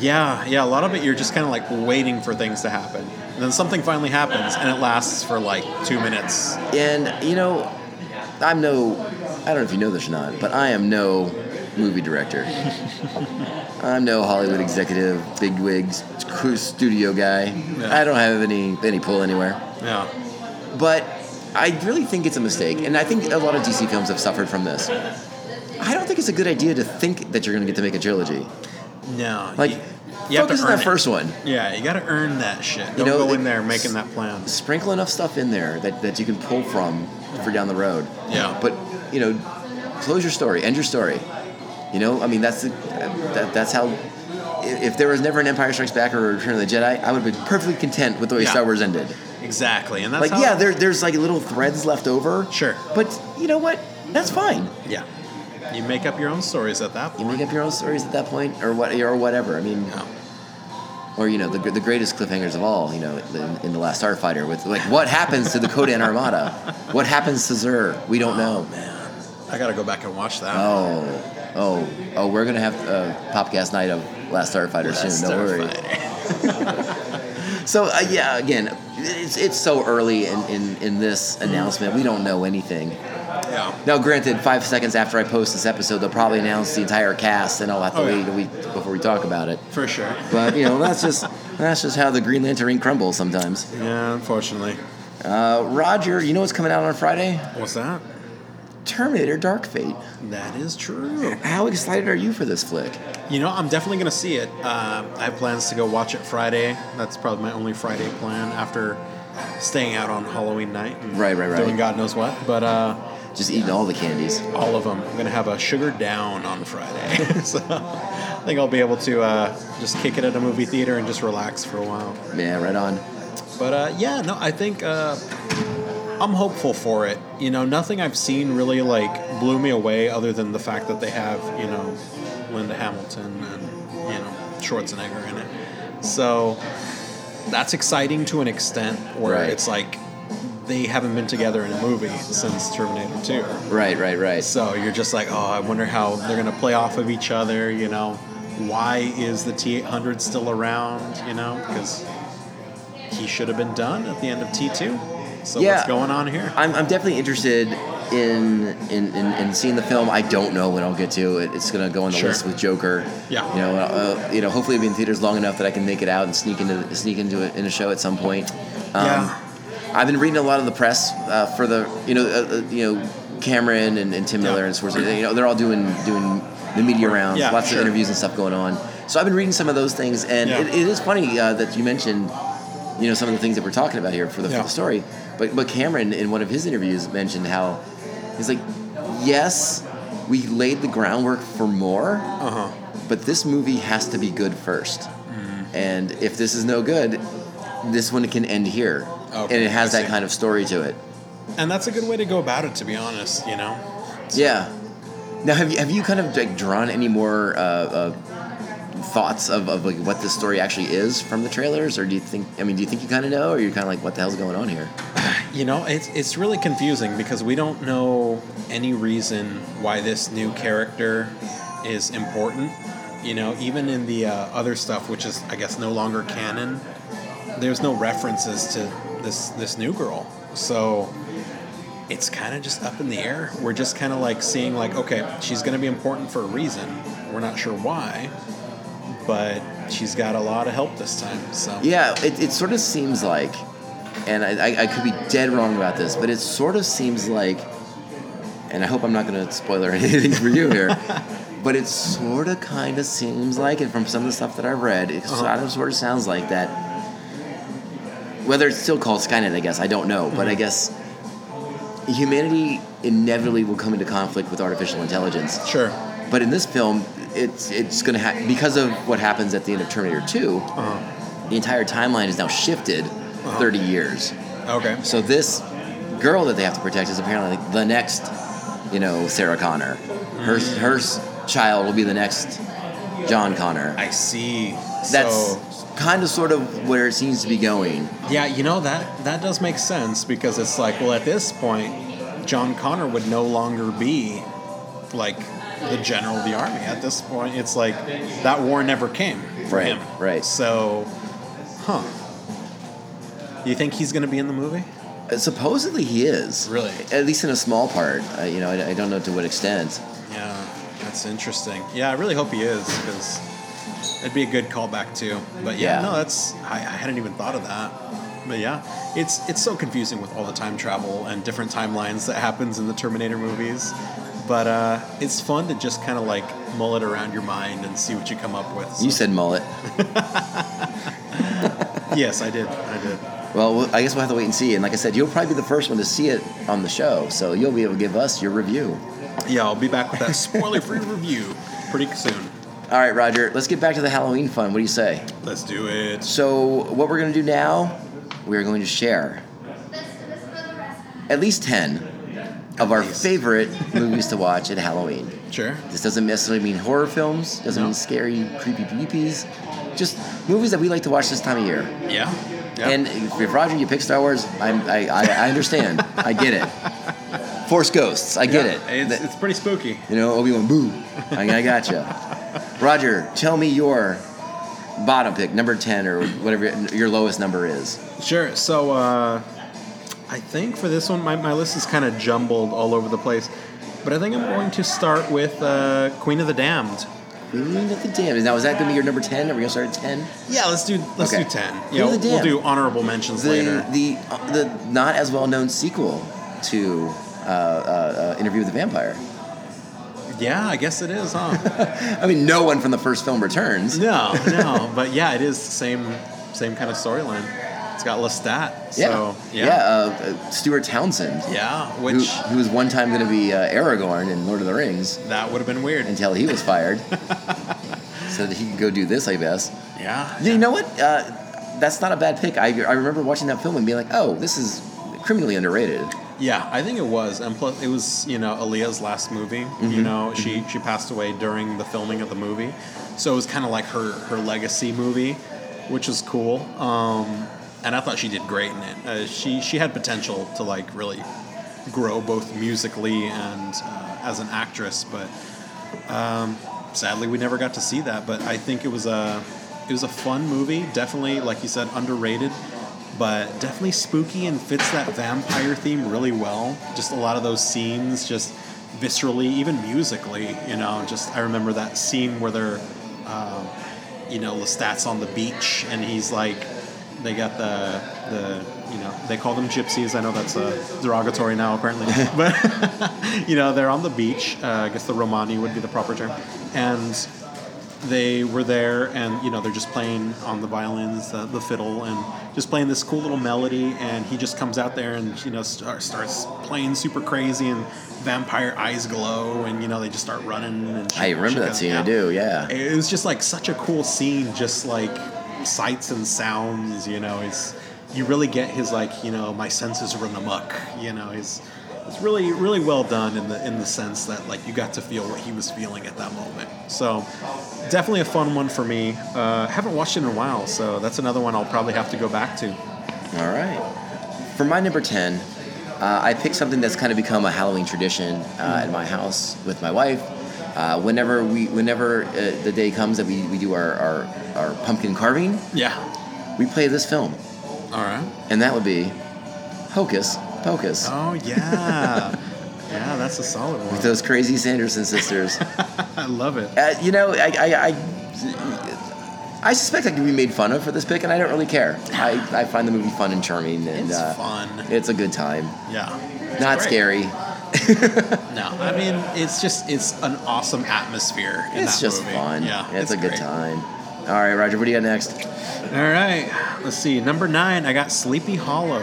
Yeah, yeah. A lot of it, you're just kind of like waiting for things to happen, and then something finally happens, and it lasts for like two minutes.
And you know, I'm no I don't know if you know this or not, but I am no movie director. I'm no Hollywood executive, big wig, stu- studio guy.
Yeah.
I don't have any any pull anywhere.
Yeah,
But I really think it's a mistake, and I think a lot of DC films have suffered from this. I don't think it's a good idea to think that you're going to get to make a trilogy.
no.
Like,
you, you have to
focus
earn
on that
it.
first one.
Yeah, you got to earn that shit. Don't
know,
go
the-
in there making that plan.
Sprinkle enough stuff in there that, that you can pull from for down the road.
Yeah.
But you know, close your story, end your story. You know, I mean that's the, that, that's how. i- If there was never an Empire Strikes Back or a Return of the Jedi, I would have been perfectly content with the way
Yeah.
Star Wars ended.
Exactly, and that's
Like,
how,
yeah, there, there's like little threads left over.
Sure.
But you know what? That's fine.
yeah. You make up your own stories at that
You
point.
make up your own stories at that point, or what, or whatever. I mean,
Yeah.
or you know, the, the greatest cliffhangers of all, you know, in, in the Last Starfighter, with like, what happens to the Codan Armada? What happens to Zur? We don't know.
I got to go back and watch that.
Oh, oh, oh, we're gonna have a podcast night of Last Starfighter
That's
soon. Don't worry.
terrifying.
So uh, yeah, again, it's it's so early in, in in this announcement. We don't know anything.
Yeah.
Now, granted, five seconds after I post this episode, they'll probably announce the entire cast, and I'll have to
Oh, yeah.
wait a week before we talk about it.
For sure.
But you know, that's just *laughs* that's just how the Green Lantern crumbles sometimes.
Yeah, unfortunately.
Uh, Roger, you know what's coming out on Friday?
What's that?
Terminator: Dark Fate.
That is true.
How excited are you for this flick?
You know, I'm definitely going to see it. Uh, I have plans to go watch it Friday. That's probably my only Friday plan after staying out on Halloween night. And
Right, right, right.
Doing God knows what. But uh,
Just eating all the candies.
all of them. I'm going to have a sugar down on Friday. *laughs* so I think I'll be able to uh, just kick it at a movie theater and just relax for a while.
Yeah, right on.
But uh, yeah, no, I think uh, I'm hopeful for it. You know, nothing I've seen really like blew me away, other than the fact that they have you know Linda Hamilton and you know Schwarzenegger in it. So that's exciting to an extent, where
Right.
it's like they haven't been together in a movie since Terminator Two.
Right, right, right.
So you're just like, oh, I wonder how they're gonna play off of each other. You know, why is the T800 still around? You know, because he should have been done at the end of T2. So
Yeah.
what's going on here?
I'm, I'm definitely interested in in, in in seeing the film. I don't know when I'll get to it. It's gonna go on the
Sure.
list with Joker.
Yeah.
You know, uh, you know. Hopefully, it'll be in theaters long enough that I can make it out and sneak into sneak into it in a show at some point. Um,
Yeah.
I've been reading a lot of the press uh, for the you know uh, uh, you know Cameron and, and Tim
Yeah.
Miller and Schwarzenegger. You know, they're all doing doing the media rounds.
Yeah,
lots
sure.
of interviews and stuff going on. So I've been reading some of those things, and
Yeah.
it, it is funny uh, that you mentioned you know some of the things that we're talking about here for the,
Yeah.
for the story. But but Cameron in one of his interviews mentioned how he's like, yes, we laid the groundwork for more,
Uh huh.
but this movie has to be good first. And if this is no good, this one can end here.
Okay,
and it has
I
that
see.
kind of story to it.
And that's a good way to go about it, to be honest. You know.
Yeah. Now, have you have you kind of like drawn any more uh, uh, thoughts of, of like what this story actually is from the trailers, or do you think? I mean, do you think you kind of know, or you're kind of like, what the hell's going on here?
You know, it's it's really confusing because we don't know any reason why this new character is important. You know, even in the uh, other stuff, which is I guess no longer canon, there's no references to this this new girl. So it's kind of just up in the air. We're just kind of like seeing like, okay, she's going to be important for a reason. We're not sure why, but she's got a lot of help this time. So
Yeah, it, it sort of seems like, and I, I, I could be dead wrong about this, but it sort of seems like, and I hope I'm not going to spoiler *laughs* anything for you here, but it sort of kind of seems like, and from some of the stuff that I've read, it sort of sort of sounds like that. Whether it's still called Skynet, I guess, I don't know, but I guess humanity inevitably will come into conflict with artificial intelligence.
sure.
But in this film, it's it's going to ha- because of what happens at the end of Terminator 2
Uh-huh.
the entire timeline is now shifted 30 years.
Okay.
So this girl that they have to protect is apparently like the next, you know, Sarah Connor. Her
Mm.
her s- child will be the next John Connor.
I see.
That's
So-
kind of sort of where it seems to be going.
Yeah, you know that that does make sense because it's like, well, at this point, John Connor would no longer be like the general of the army. At this point, it's like that war never came for
Right,
him.
right.
So, huh? You think he's going to be in the movie?
Uh, Supposedly he is.
Really?
At least in a small part. Uh, you know, I, I don't know to what extent.
Yeah, that's interesting. Yeah, I really hope he is because it'd be a good callback too. But yeah,
Yeah.
no, that's I, I hadn't even thought of that. But yeah, it's it's so confusing with all the time travel and different timelines that happens in the Terminator movies. But uh, it's fun to just kind of like mull it around your mind and see what you come up with.
You
So-
said mullet.
yes, I did. I did.
Well, we'll- I guess we'll have to wait and see. And like I said, you'll probably be the first one to see it on the show, so you'll be able to give us your review.
Yeah, I'll be back with that spoiler-free review pretty soon.
All right, Roger, let's get back to the Halloween fun. What do you say?
Let's do it.
So, what we're going to do now, we're going to share at least 10 of our
least.
favorite movies to watch at Halloween.
Sure.
This doesn't necessarily mean horror films, doesn't
No.
mean scary, creepy peepees, just movies that we like to watch this time of year.
Yeah. yeah.
And if, if Roger, you pick Star Wars, I'm, I, I, I understand. I get it. Force Ghosts, I get
Yeah,
it.
It's,
That-
it's pretty spooky.
you know, Obi Wan, boo. I, I gotcha. Roger, tell me your bottom pick, number 10 or whatever your lowest number is.
Sure. So uh, I think for this one, my, my list is kind of jumbled all over the place. But I think I'm going to start with uh, Queen of the Damned.
Queen of the Damned. Now, is that going to be your number 10? Are we going to start at 10?
Yeah, let's do let's
Okay.
do ten.
Queen
Yeah,
of the
we'll, we'll
Damned.
do honorable mentions
The,
later.
the, uh, the not as well known sequel to uh, uh, uh, Interview with the Vampire.
Yeah, I guess it is, *laughs* huh?
I mean, no one from the first film returns.
no, no, but yeah, it is the same same kind of storyline. It's got Lestat.
Yeah.
So
yeah.
yeah,
uh, uh, Stuart Townsend.
yeah,
Who,
which
who was one time going to be uh, Aragorn in Lord of the Rings
that would have been weird.
until he was fired. so that he could go do this, I guess.
Yeah.
You know what? Uh, that's not a bad pick. I, I remember watching that film and being like, oh, this is criminally underrated.
Yeah, I think it was, and plus it was you know Aaliyah's last movie. You know she she passed away during the filming of the movie, so it was kind of like her her legacy movie, which was cool. Um, and I thought she did great in it. Uh, she she had potential to like really grow both musically and uh, as an actress, but um, sadly we never got to see that. But I think it was a it was a fun movie. Definitely, like you said, underrated, but definitely spooky and fits that vampire theme really well. Just a lot of those scenes, just viscerally, even musically. You know, just I remember that scene where they're. Um, you know, Lestat's on the beach, and he's like, they got the the you know they call them gypsies. I know that's a derogatory now apparently, *laughs* but *laughs* you know they're on the beach. Uh, I guess the Romani would be the proper term, and they were there and you know they're just playing on the violins uh, the fiddle and just playing this cool little melody and he just comes out there and you know start, starts playing super crazy and vampire eyes glow and you know they just start running and
I
shit-
remember
shit
that
goes
scene. I
down.
do. Yeah.
it was just like such a cool scene just like sights and sounds you know it's you really get his like you know my senses run amok you know he's it's really really well done in the in the sense that like you got to feel what he was feeling at that moment so definitely a fun one for me uh, haven't watched it in a while so that's another one i'll probably have to go back to
All right. For my number 10, uh, I picked something that's kind of become a Halloween tradition uh, at my house with my wife. Uh, whenever we, whenever uh, the day comes that we, we do our, our, our pumpkin carving,
yeah
we play this film.
all right
And that would be Hocus Pocus.
oh yeah *laughs* yeah that's a solid one
Those crazy Sanderson
*laughs*
sisters.
i love it
uh, you know, I, I, I, I suspect I could be made fun of for this pick, and I don't really care. I, I find the movie fun and charming. And,
it's
uh,
fun
It's a good time.
yeah
Not
Great.
scary.
No, I mean it's just it's an awesome atmosphere. In
It's
that
just
movie.
fun.
Yeah,
it's, a good
great.
time. All right, Roger, what do you got next?
All right, let's see. Number nine, I got Sleepy Hollow,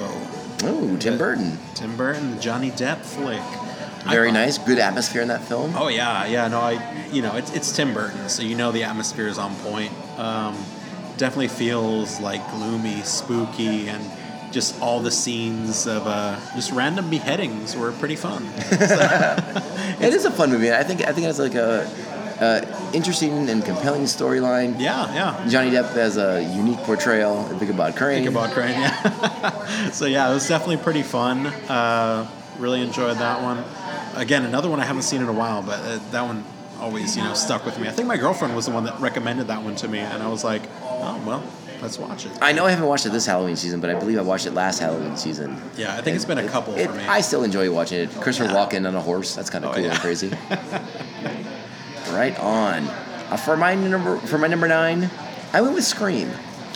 Oh, Tim Burton.
Tim Burton, the Johnny Depp flick. I-
Very nice. Good atmosphere in that film.
Oh yeah, yeah. No, I you know it's it's Tim Burton, so you know the atmosphere is on point. Um, definitely feels like gloomy, spooky, and just all the scenes of uh, just random beheadings were
*laughs*
pretty fun.
it is a fun movie. I think I think it has like a, uh interesting and compelling storyline.
yeah, yeah.
Johnny Depp has a unique portrayal. of Ichabod Crane.
Think about Crane, yeah. *laughs* so yeah, it was definitely pretty fun. Uh, really enjoyed that one. Again, another one I haven't seen in a while, but uh, that one always you know stuck with me. I think my girlfriend was the one that recommended that one to me, and I was like, oh well, let's watch it.
I know I haven't watched it this Halloween season, but I believe I watched it last Halloween season.
Yeah, I think it's been a couple
It,
for me.
I still enjoy watching it. Christopher
Yeah.
Walken on a horse. That's kind of
Oh,
cool
yeah.
and
*laughs*
crazy. right on. Uh, for my number for my number nine, I went with Scream,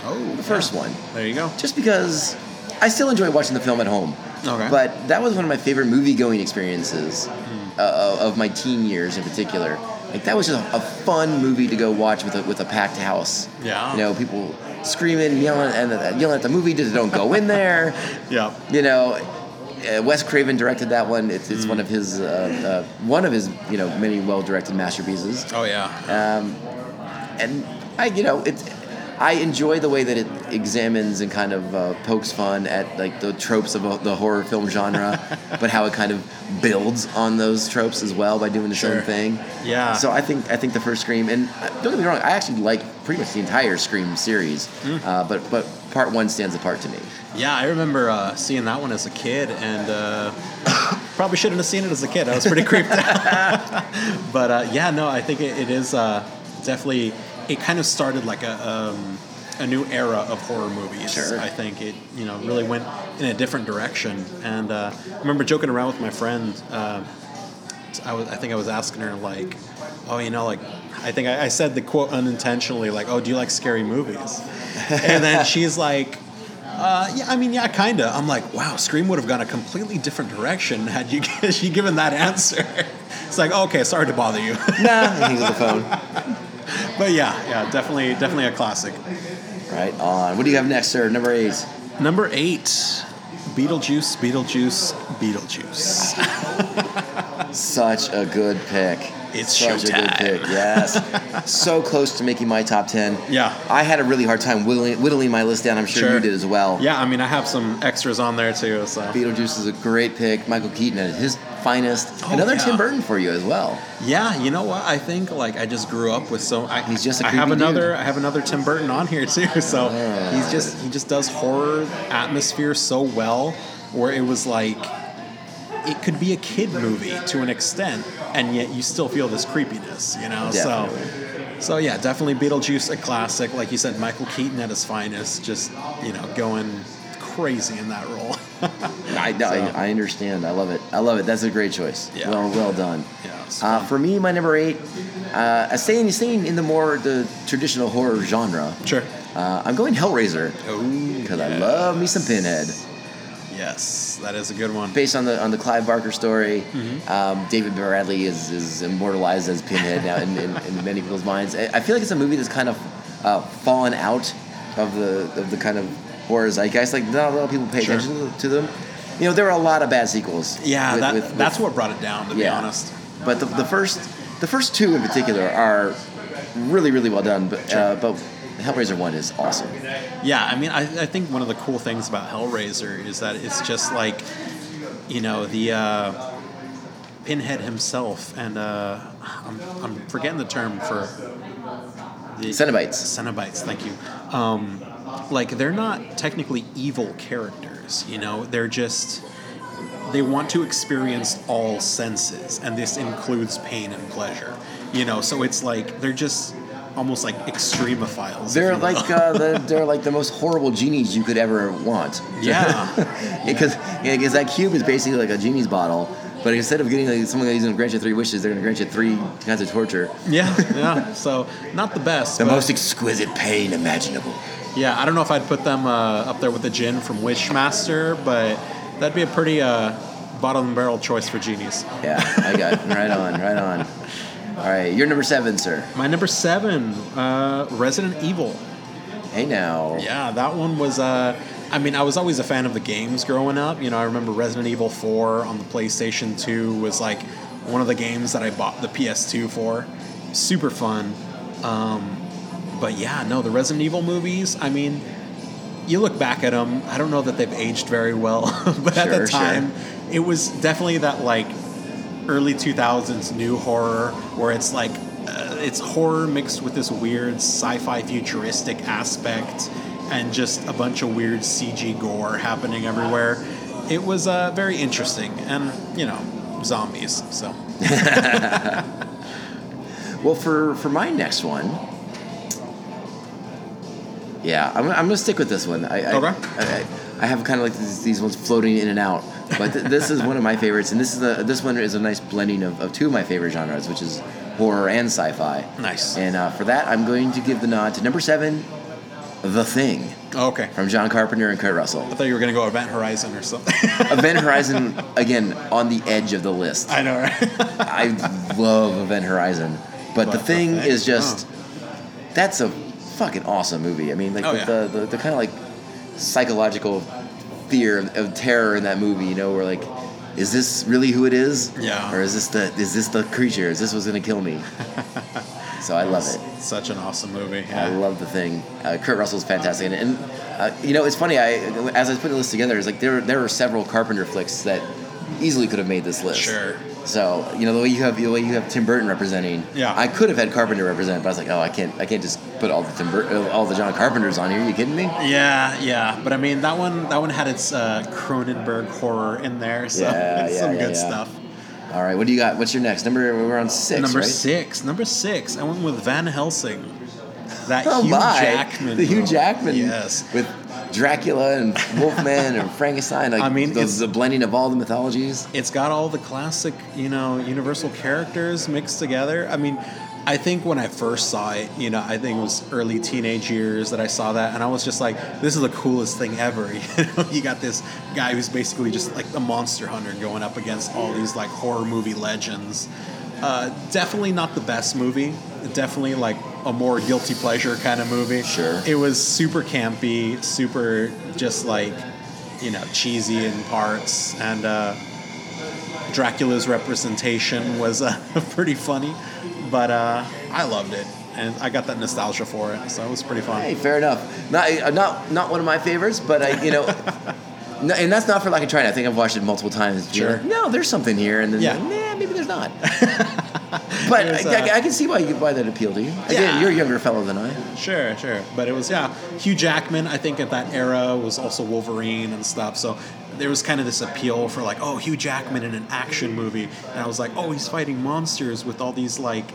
oh,
the first one.
There you go.
just because I still enjoy watching the film at home.
Okay.
But that was one of my favorite movie going experiences
Hmm.
uh, of my teen years in particular. Like that was just a, a fun movie to go watch with a, with a packed house.
Yeah.
You know, people screaming, yelling, and uh, yelling at the movie to don't go in there.
Yeah.
You know, uh, Wes Craven directed that one. It's, it's
Hmm.
one of his uh, uh, one of his you know many well directed masterpieces
Oh yeah.
and I, you know, it. I enjoy the way that it examines and kind of uh, pokes fun at like the tropes of uh, the horror film
*laughs*
genre, but how it kind of builds on those tropes as well by doing its
Sure.
own thing.
Yeah.
So I think I think the first Scream, and uh, don't get me wrong, I actually like pretty much the entire Scream series,
Mm.
uh, but but part one stands apart
*laughs*
to me.
Yeah, I remember uh, seeing that one as a kid, and uh, *coughs* probably shouldn't have seen it as a kid. I was pretty creeped out. *laughs* but uh, yeah, no, I think it, it is uh, definitely. It kind of started like a um, a new era of horror movies.
Sure.
I think it you know really went in a different direction. And uh, I remember joking around with my friend. Uh, I was I think I was asking her like, oh, you know, like I think I, I said the quote unintentionally like, oh, do you like scary movies? and then she's like. Uh, yeah, I mean, yeah, kinda. I'm like, wow, Scream would have gone a completely different direction *laughs* had you she given that answer. *laughs* It's like, okay, sorry to bother you, *laughs*
Nah, he hangs up the phone.
but yeah, yeah, definitely, definitely a classic.
Right on. What do you have next, sir? Number eight.
Number eight, Beetlejuice, Beetlejuice, Beetlejuice. *laughs*
Such a good pick.
It's
such a good
showtime.
pick.
*laughs*
Yes, so close to making my top ten.
Yeah.
I had a really hard time whittling, whittling my list down. I'm sure, you
Sure.
did as well.
Yeah, I mean, I have some extras on there too. So
Beetlejuice is a great pick. Michael Keaton at his finest.
Oh,
Another
yeah.
Tim Burton for you as well.
Yeah, you know what? I think like I just grew up with so. I,
He's just a
I have
creepy
another.
dude.
I have another Tim Burton on here *laughs* too. So he's just he just does horror atmosphere so well, where it was like it could be a kid movie to an extent, and yet you still feel this creepiness. You know, so so yeah, definitely Beetlejuice a classic. Like you said, Michael Keaton at his finest, just you know going crazy in that role. *laughs*
I, I- I, understand. I love it. I love it. That's a great choice.
Yeah.
Well, well done.
yeah, it's
Uh,
fun.
for me, my number eight, uh, a staying, staying in the more the traditional horror genre.
sure.
Uh, I'm going Hellraiser
Oh,
because I love me some Pinhead.
Yes, that is a good one.
based on the on the Clive Barker story.
Mm-hmm.
Um, David Bradley is, is immortalized as Pinhead now in, in, in many people's minds. I I feel like it's a movie that's kind of uh, fallen out of the of the kind of horror zeitgeist. Like not a lot of people pay
Sure.
attention to them. You know, there were a lot of bad sequels.
Yeah,
with-
that,
with-
that's
with-
what brought it down, to be
yeah.
honest.
But the, the first the first two in particular are really really well done. But uh, but Hellraiser one is awesome.
Yeah, I mean, I, I think one of the cool things about Hellraiser is that it's just like, you know, the uh, Pinhead himself, and uh, I'm, I'm forgetting the term for the
Cenobites.
Cenobites, thank you. Um, like, they're not technically evil characters, you know, they're just. They want to experience all senses, and this includes pain and pleasure. You know, so it's like they're just almost like extremophiles. if
They're
you will.
like uh, the, they're like the most horrible genies you could ever want. *laughs*
yeah.
because because that cube is basically like a genie's bottle, but instead of getting like someone who's gonna grant you three wishes, they're gonna grant you three kinds of torture,
Yeah, yeah. *laughs* So not the best.
the
but
most e- exquisite pain imaginable.
Yeah, I don't know if I'd put them uh, up there with the gin from Wishmaster, but that'd be a pretty uh, bottom and barrel choice for genies.
Yeah, I got right on, right on. All right, you're number seven, sir.
My number seven, uh, Resident Evil.
Hey now.
Yeah, that one was. Uh, I mean, I was always a fan of the games growing up. You know, I remember Resident Evil 4 on the PlayStation 2 was like one of the games that I bought the PS2 for. Super fun. Um, but yeah, no, the Resident Evil movies, I mean, you look back at them, I don't know that they've aged very well, *laughs* but at
Sure,
the
sure.
time, it was definitely that like early 2000s new horror where it's like uh, it's horror mixed with this weird sci-fi futuristic aspect and just a bunch of weird CG gore happening everywhere. It was uh, very interesting and, you know, zombies. So,
Well, for for my next one, yeah, I'm, gonna- I'm gonna stick with this one. I, I,
Okay.
I, I have kind of like these, these ones floating in and out, but th- this is one of my favorites, and this is a, this one is a nice blending of, of two of my favorite genres, which is horror and sci-fi.
Nice.
And uh, for that, I'm going to give the nod to number seven, The Thing,
okay.
from John Carpenter and Kurt Russell.
I thought you were going to go Event Horizon or something. *laughs*
Event Horizon, again, on the edge of the list.
I know, right?
I love Event Horizon, but, the
the
thing
thing,
is just that's a fucking awesome movie. I mean, like
Oh,
the,
yeah.
the, the the kind of like psychological fear of, of terror in that movie. You know, where like, is this really who it is?
Yeah.
Or is this the is this the creature? Is this what's gonna kill
*laughs*
me? so I love it.
Such an awesome movie.
I
Yeah.
love the thing. Uh, Kurt Russell's fantastic, and, and uh, you know it's funny. I as I was putting the list together, it's like there there were several Carpenter flicks that easily could have made this list.
Sure.
So you know the way you have the way you have Tim Burton representing.
Yeah.
I could have had Carpenter represent, but I was like, oh, I can't I can't just put all the Tim Bur- uh, all the John Carpenters on here. you kidding me?
Yeah, yeah, but I mean that one. That one had its uh, Cronenberg horror in there, so
Yeah, yeah,
*laughs* some
yeah,
good
yeah.
stuff.
All right, what do you got? What's your next number? We're on six.
number
right?
six. Number six. I went with Van Helsing. That
Oh
Hugh
my!
Jackman.
the Hugh
movie.
Jackman.
Yes.
With Dracula and Wolfman and Frankenstein. Like
*laughs* I mean,
the,
it's-
the blending of all the mythologies.
It's got all the classic, you know, Universal characters mixed together. I mean, I think when I first saw it, you know, I think it was early teenage years that I saw that, and I was just like, "This is the coolest thing ever." *laughs* You know, you got this guy who's basically just like a monster hunter going up against all these like horror movie legends. Uh, definitely not the best movie. Definitely like a more guilty pleasure kind of movie.
Sure.
It was super campy, super just like, you know, cheesy in parts, and uh, Dracula's representation was uh, *laughs* pretty funny, but uh, I loved it, and I got that nostalgia for it, so it was pretty fun.
Hey, fair enough. Not uh, not not one of my favorites, but I you
*laughs*
know. No, and that's not for lack of trying. I think I've watched it multiple times. Being
Sure.
like, no, there's something here, and then
Yeah.
like, nah, maybe there's
*laughs*
not. but
There's,
I, I,
uh,
I can see why you, why that appealed to you. Again,
Yeah.
you're a younger fellow than I.
Sure, sure, but it was yeah. Hugh Jackman, I think at that era was also Wolverine and stuff, so there was kind of this appeal for like, oh, Hugh Jackman in an action movie, and I was like, oh, he's fighting monsters with all these like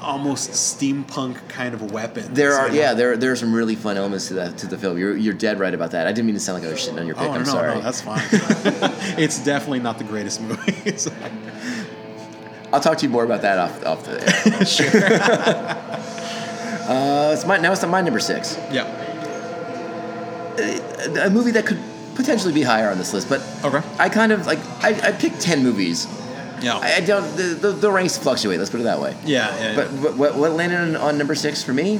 almost steampunk kind of weapons.
There are
you know?
yeah, there there are some really fun elements to that to the film. You're you're dead right about that. I didn't mean to sound like I was shitting on your pick.
Oh
I'm
no,
sorry.
no, that's fine. *laughs* it's definitely not the greatest *laughs* movie. It's like-
I'll talk to you more about that off off the. Air. *laughs*
*laughs*
uh, it's my now it's my number six.
yeah,
a movie that could potentially be higher on this list, but
Okay.
I kind of like I, I picked ten movies.
Yeah.
I, I don't the, the, the ranks fluctuate. Let's put it that way.
yeah, yeah.
But what, what, what landed on, on number six for me?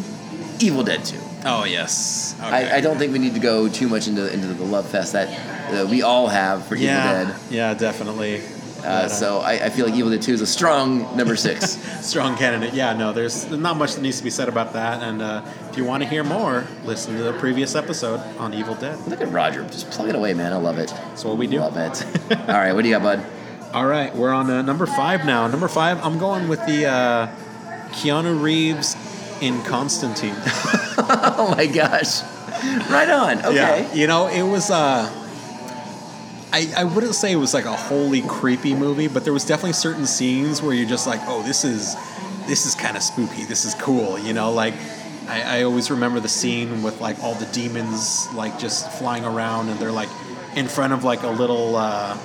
Evil Dead Two.
oh yes. Okay.
I, I don't think we need to go too much into into the love fest that uh, we all have for
yeah.
Evil Dead.
Yeah, definitely.
Uh,
But, uh,
so I, I feel like Evil Dead Two is a strong number *laughs* six.
strong candidate. Yeah, no, there's not much that needs to be said about that. And uh, if you want to hear more, listen to the previous episode on Evil Dead.
Look at Roger, just plug it away, man. I love it.
That's what we do.
Love *laughs* it. All right, what do you got, bud? *laughs*
All right, we're on uh, number five now. Number five, I'm going with the uh, Keanu Reeves in Constantine. *laughs*
Oh my gosh, right on. Okay.
you know, it was. Uh, I, I wouldn't say it was like a wholly creepy movie, but there was definitely certain scenes where you're just like, oh, this is this is kind of spooky. This is cool. You know, like I, I always remember the scene with like all the demons like just flying around and they're like in front of like a little. Uh,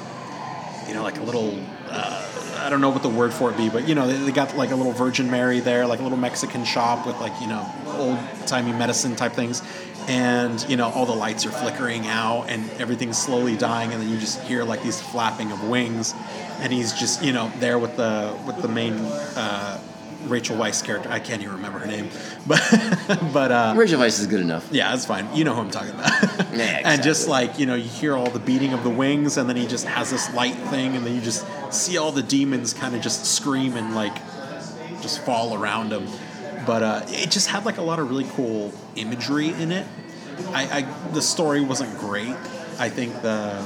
you know, like a little, uh, I don't know what the word for it be, but you know, they, they got like a little Virgin Mary there, like a little Mexican shop with like, you know, old timey medicine type things. And, you know, all the lights are flickering out and everything's slowly dying. And then you just hear like these flapping of wings. And he's just, you know, there with the, with the main, uh, Rachel Weisz character. I can't even remember her name, *laughs* but, but, uh,
Rachel Vice is good enough.
yeah, that's fine. You know who I'm talking about.
Yeah,
*laughs* and just
exactly.
like, you know, you hear all the beating of the wings, and then he just has this light thing, and then you just see all the demons kind of just scream and like just fall around him. But uh, it just had like a lot of really cool imagery in it. I, I the story wasn't great. I think the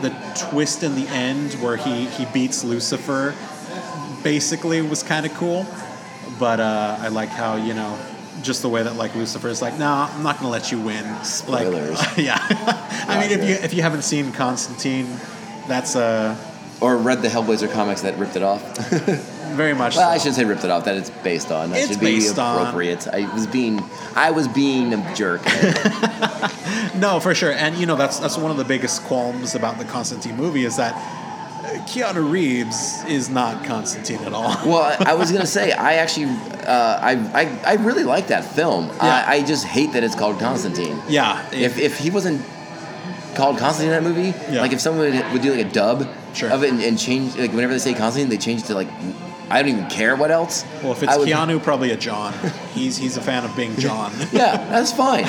the twist in the end where he he beats Lucifer basically was kind of cool. But uh, I like how you know just the way that like Lucifer's like, nah, I'm not gonna let you win. Like,
Spoilers.
*laughs* yeah. I mean, if
Gotcha.
you if you haven't seen Constantine, that's uh,
Or read the Hellblazer comics that ripped it off.
very much.
well, I
so.
shouldn't say ripped it off. That it's based on. That
It's
should be
based on-
appropriate. I was being, I was being a jerk. *laughs*
No, for sure. And you know that's that's one of the biggest qualms about the Constantine movie is that uh, Keanu Reeves is not Constantine at all. *laughs*
well, I, I was gonna say I actually, uh, I, I, I really like that film.
Yeah.
I, I just hate that it's called Constantine.
yeah.
If, if he wasn't called Constantine in that movie,
Yeah.
like if someone would, would do like a dub
Sure.
of it and, and change, like whenever they say Constantine, they change it to like, I don't even care what else.
well, if it's
I would-
Keanu, probably a John. He's he's a fan of being John.
*laughs*
*laughs*
Yeah, that's fine.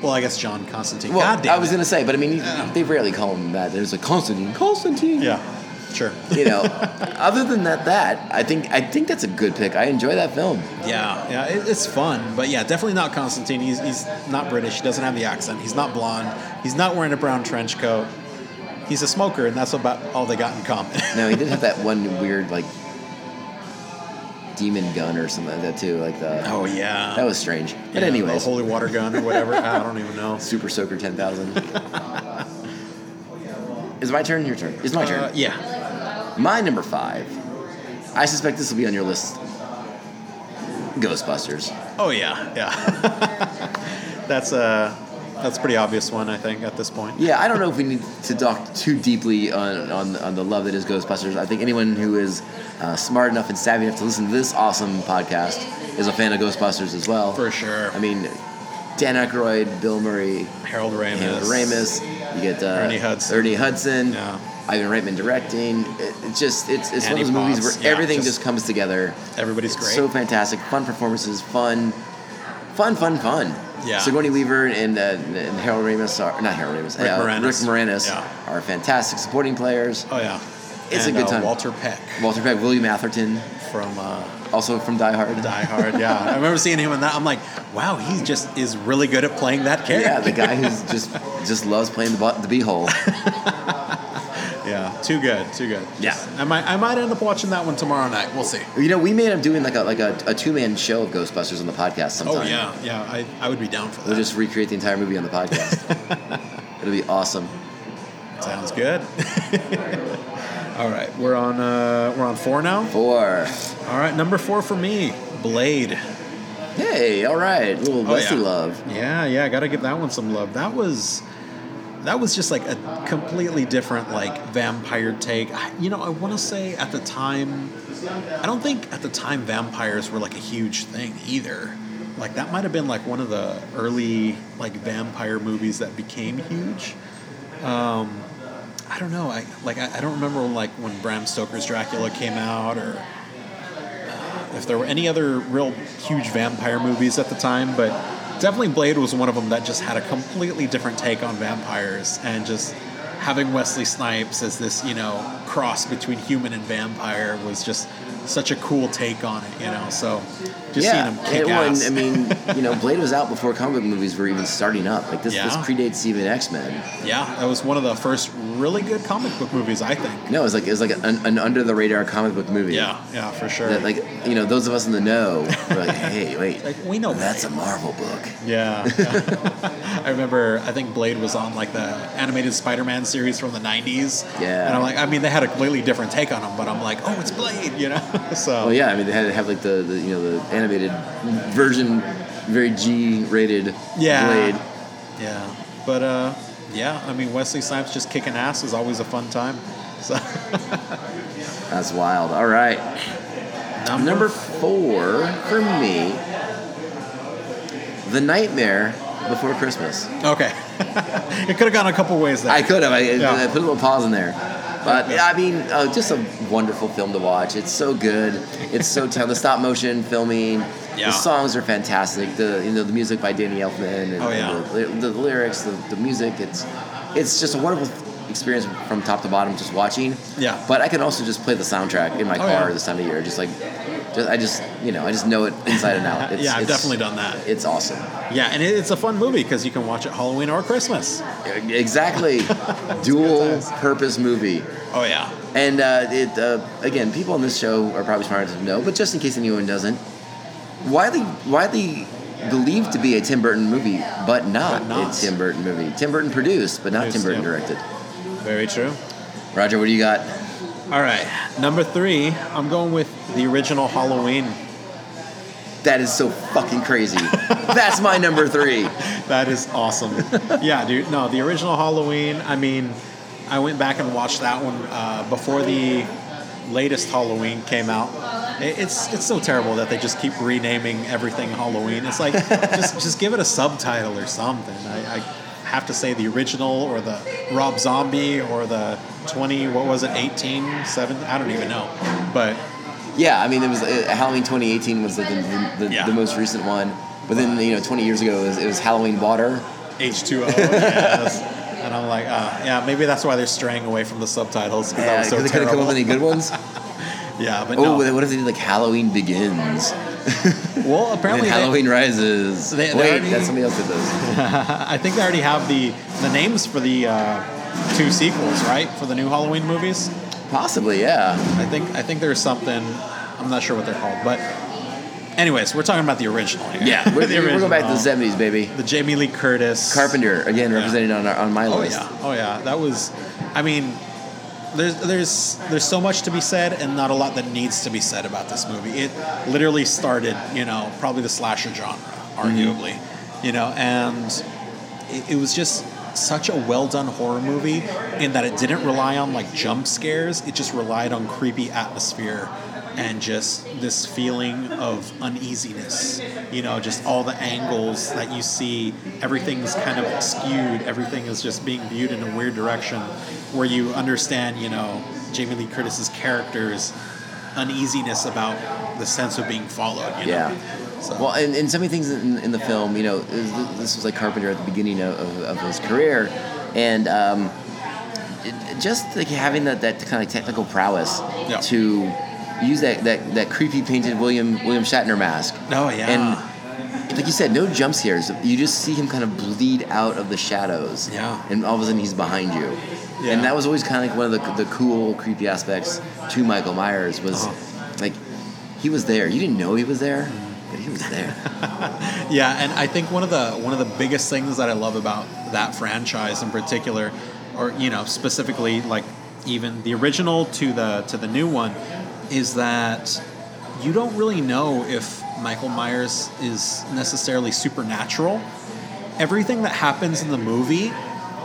well, I guess John Constantine.
Well,
God damn
I was
it.
gonna say, but I mean, you- they rarely call him that. There's a Constantine, Constantine.
Yeah. Sure.
You know, other than that, that I think I think that's a good pick. I enjoy that film.
Yeah, yeah, it, it's fun, but yeah, definitely not Constantine. He's, he's not British. He doesn't have the accent. He's not blonde. He's not wearing a brown trench coat. He's a smoker, and that's about all they got in common. *laughs*
No, he did have that one weird like demon gun or something like that too. Like the
oh yeah,
that was strange. But
Yeah,
anyways,
the holy water gun or *laughs* whatever. I don't even know.
Super Soaker ten thousand. Is my turn? Your turn? It's my
Uh,
turn.
yeah,
My number five. I suspect this will be on your list. Ghostbusters.
Oh yeah, yeah. *laughs* that's a that's a pretty obvious one, I think, at this point.
Yeah, I don't know if we need to talk too deeply on, on, on the love that is Ghostbusters. I think anyone who is uh, smart enough and savvy enough to listen to this awesome podcast is a fan of Ghostbusters as well.
For sure.
I mean, Dan Aykroyd, Bill Murray,
Harold Ramis.
Harold Ramis. You get uh,
Ernie Hudson.
Ernie Hudson.
Yeah.
Ivan Reitman directing. It, it just it's it's
Andy
one of those movies
Potts.
where
Yeah,
everything
just-
just, comes together.
Everybody's great.
So fantastic, fun performances, fun, fun, fun, fun.
Yeah.
Sigourney Weaver and, uh, and Harold Ramis are not Harold Ramis.
Rick
uh,
Moranis.
Rick Moranis
Yeah.
are fantastic supporting players.
oh yeah,
It's a
And,
good
uh,
time.
Walter Peck
Walter Peck, William Atherton,
from. Uh,
also from Die Hard.
Die Hard, yeah. I remember seeing him in that. I'm like, wow, he just is really good at playing that character.
Yeah, the guy who's just just loves playing the bo- the
*laughs*
beehole.
Yeah, too good, too good.
Yeah.
I might, I might end up watching that one tomorrow night. We'll see.
You know, we made him doing like a like a, a two man show of Ghostbusters on the podcast sometime.
Oh yeah, yeah. I, I would be down for that.
We'll just recreate the entire movie on the
*laughs*
podcast. It'll be awesome.
Sounds good. *laughs* All right, we're on uh, we're on four now.
Four.
All right, number four for me, Blade.
Hey, all right, little
Oh,
Wesley
yeah.
love.
Yeah, yeah, I gotta give that one some love. That was that was just like a completely different like vampire take. I- You know, I want to say at the time, I don't think at the time vampires were like a huge thing either. Like that might have been like one of the early like vampire movies that became huge. I don't know. I like I, I don't remember like when Bram Stoker's Dracula came out or uh, if there were any other real huge vampire movies at the time, but definitely Blade was one of them that just had a completely different take on vampires and just having Wesley Snipes as this, you know, cross between human and vampire was just such a cool take on it, you know. So just
yeah,
seeing him kick
it- well,
ass.
and, I mean, you
*laughs*
know, Blade was out before comic book movies were even starting up. Like this, this
Yeah.
predates even X Men.
yeah, that was one of the first really good comic book movies, I think.
No, it was like it was like an, an under the radar comic book movie.
Yeah, yeah, for sure.
That, like you know, those of us in the know, were like, *laughs* hey, wait,
Like, we know
that's a
Blade.
Marvel book.
Yeah. *laughs* I remember, I think Blade was on like the animated Spider Man series from the 90s.
Yeah.
And I'm like, I mean, they had a completely different take on him, but I'm like, oh, it's Blade, you know? *laughs* so,
Well, Oh, yeah, I mean, they had to have like the, the you know the animated version, very G-rated
yeah.
Blade.
Yeah. But, uh, yeah, I mean, Wesley Snipes just kicking ass is always a fun time. *laughs* So,
That's wild. All right,
number,
number four for me, The Nightmare Before Christmas.
Okay. *laughs* it could have gone a couple ways
*laughs*
there.
I could have. I, I
Yeah.
put a little pause in there. But yeah, I mean, uh, just a wonderful film to watch. It's so good. It's so
*laughs*
tell the stop motion filming.
Yeah.
The songs are fantastic. The you know the music by Danny Elfman and,
Oh, yeah.
and the, the, lyrics, the, the music. It's it's just a wonderful experience from top to bottom just watching.
Yeah.
But I can also just play the soundtrack in my
Oh,
car
yeah.
this time of year. Just like, just, I just you know I just know it inside and out. It's,
*laughs* yeah, I've
it's,
definitely done that.
It's awesome.
Yeah, and it, it's a fun movie because you can watch it Halloween or Christmas.
E-,
*laughs*
Exactly. Dual
times.
purpose movie.
Oh, yeah.
And uh, it uh, again, people on this show are probably smart enough to know, but just in case anyone doesn't, widely widely believed to be a Tim Burton movie, but not,
But not.
a Tim Burton movie. Tim Burton produced, but not Tim Burton
Produced, yeah.
directed.
Very true.
Roger, what do you got?
All right, number three, I'm going with the original Halloween.
That is so fucking
*laughs*
crazy. That's my number three.
That is
*laughs*
awesome. yeah, dude. No, the original Halloween. I mean, I went back and watched that one uh, before the latest Halloween came out. It, it's it's so terrible that they just keep renaming everything Halloween.
*laughs*
It's like just just give it a subtitle or something. I, I have to say the original or the Rob Zombie or the 20 what was it 18 7 I don't even know. But
Yeah, I mean, it was uh, Halloween 2018 was like the, the, the,
Yeah.
the most recent one, but then you know, 20 years ago, it was, it was Halloween Water.
H2O.
*laughs*
yes. And I'm like, ah, yeah, maybe that's why they're straying away from the subtitles because that
Yeah,
was
Uh, 'cause they
so
couldn't come up with
terrible.
any good
*laughs*
ones.
yeah, but
Oh,
no.
what if they did like Halloween Begins?
well,
And
apparently,
then
they-
Halloween Rises.
They- they
Wait,
already-
that's somebody else did those.
I think they already have the the names for the uh, two sequels, right? For the new Halloween movies.
Possibly, yeah.
*laughs* I think I think there's something. I'm not sure what they're called, but anyways, we're talking about the original. Here. *laughs*
Yeah, we're,
The
we're going back to the
original.
seventies, baby.
The Jamie Lee Curtis
Carpenter again represented on our, on my
Oh
list.
yeah, oh yeah. That was, I mean, there's there's there's so much to be said and not a lot that needs to be said about this movie. It literally started, you know, probably the slasher genre,
Mm-hmm.
arguably, you know, and it, it was just such a well done horror movie in that it didn't rely on like jump scares. It just relied on creepy atmosphere and just this feeling of uneasiness. You know, just all the angles that you see, everything's kind of skewed, everything is just being viewed in a weird direction where you understand, you know, Jamie Lee Curtis's character's uneasiness about the sense of being followed, you know.
Yeah.
So,
Well, and, and so many things in, in the film, you know, is- this was like Carpenter at the beginning of, of, of his career, and um, it, just like having that, that kind of technical prowess
Yeah.
to use that, that, that creepy painted William William Shatner mask.
oh yeah.
And like you said, no jump scares. You just see him kind of bleed out of the shadows.
Yeah.
And all of a sudden he's behind you.
Yeah.
And that was always kind of like one of the, the cool, creepy aspects to Michael Myers was
Uh-huh.
like he was there. You didn't know he was there, but he was there.
Yeah, and I think one of the one of the biggest things that I love about that franchise in particular, or you know specifically like even the original to the to the new one, is that you don't really know if Michael Myers is necessarily supernatural. Everything that happens in the movie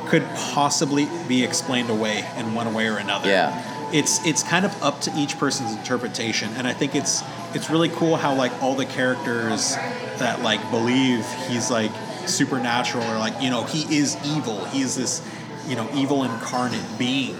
could possibly be explained away in one way or another
Yeah.
it's it's kind of up to each person's interpretation and i think it's it's really cool how like all the characters that like believe he's like supernatural or like you know he is evil he is this you know evil incarnate being,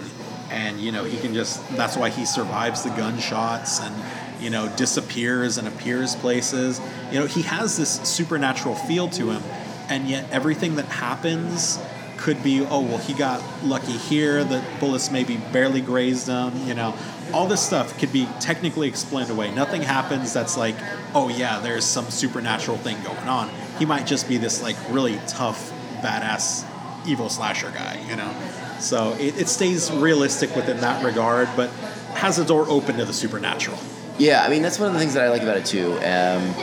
and you know he can just that's why he survives the gunshots and you know disappears and appears places. You know he has this supernatural feel to him, and yet everything that happens could be oh well he got lucky here the bullets maybe barely grazed him you know all this stuff could be technically explained away nothing happens that's like oh yeah there's some supernatural thing going on he might just be this like really tough badass evil slasher guy you know so it, it stays realistic within that regard but has the door open to the supernatural
Yeah, I mean that's one of the things that I like about it too. Um,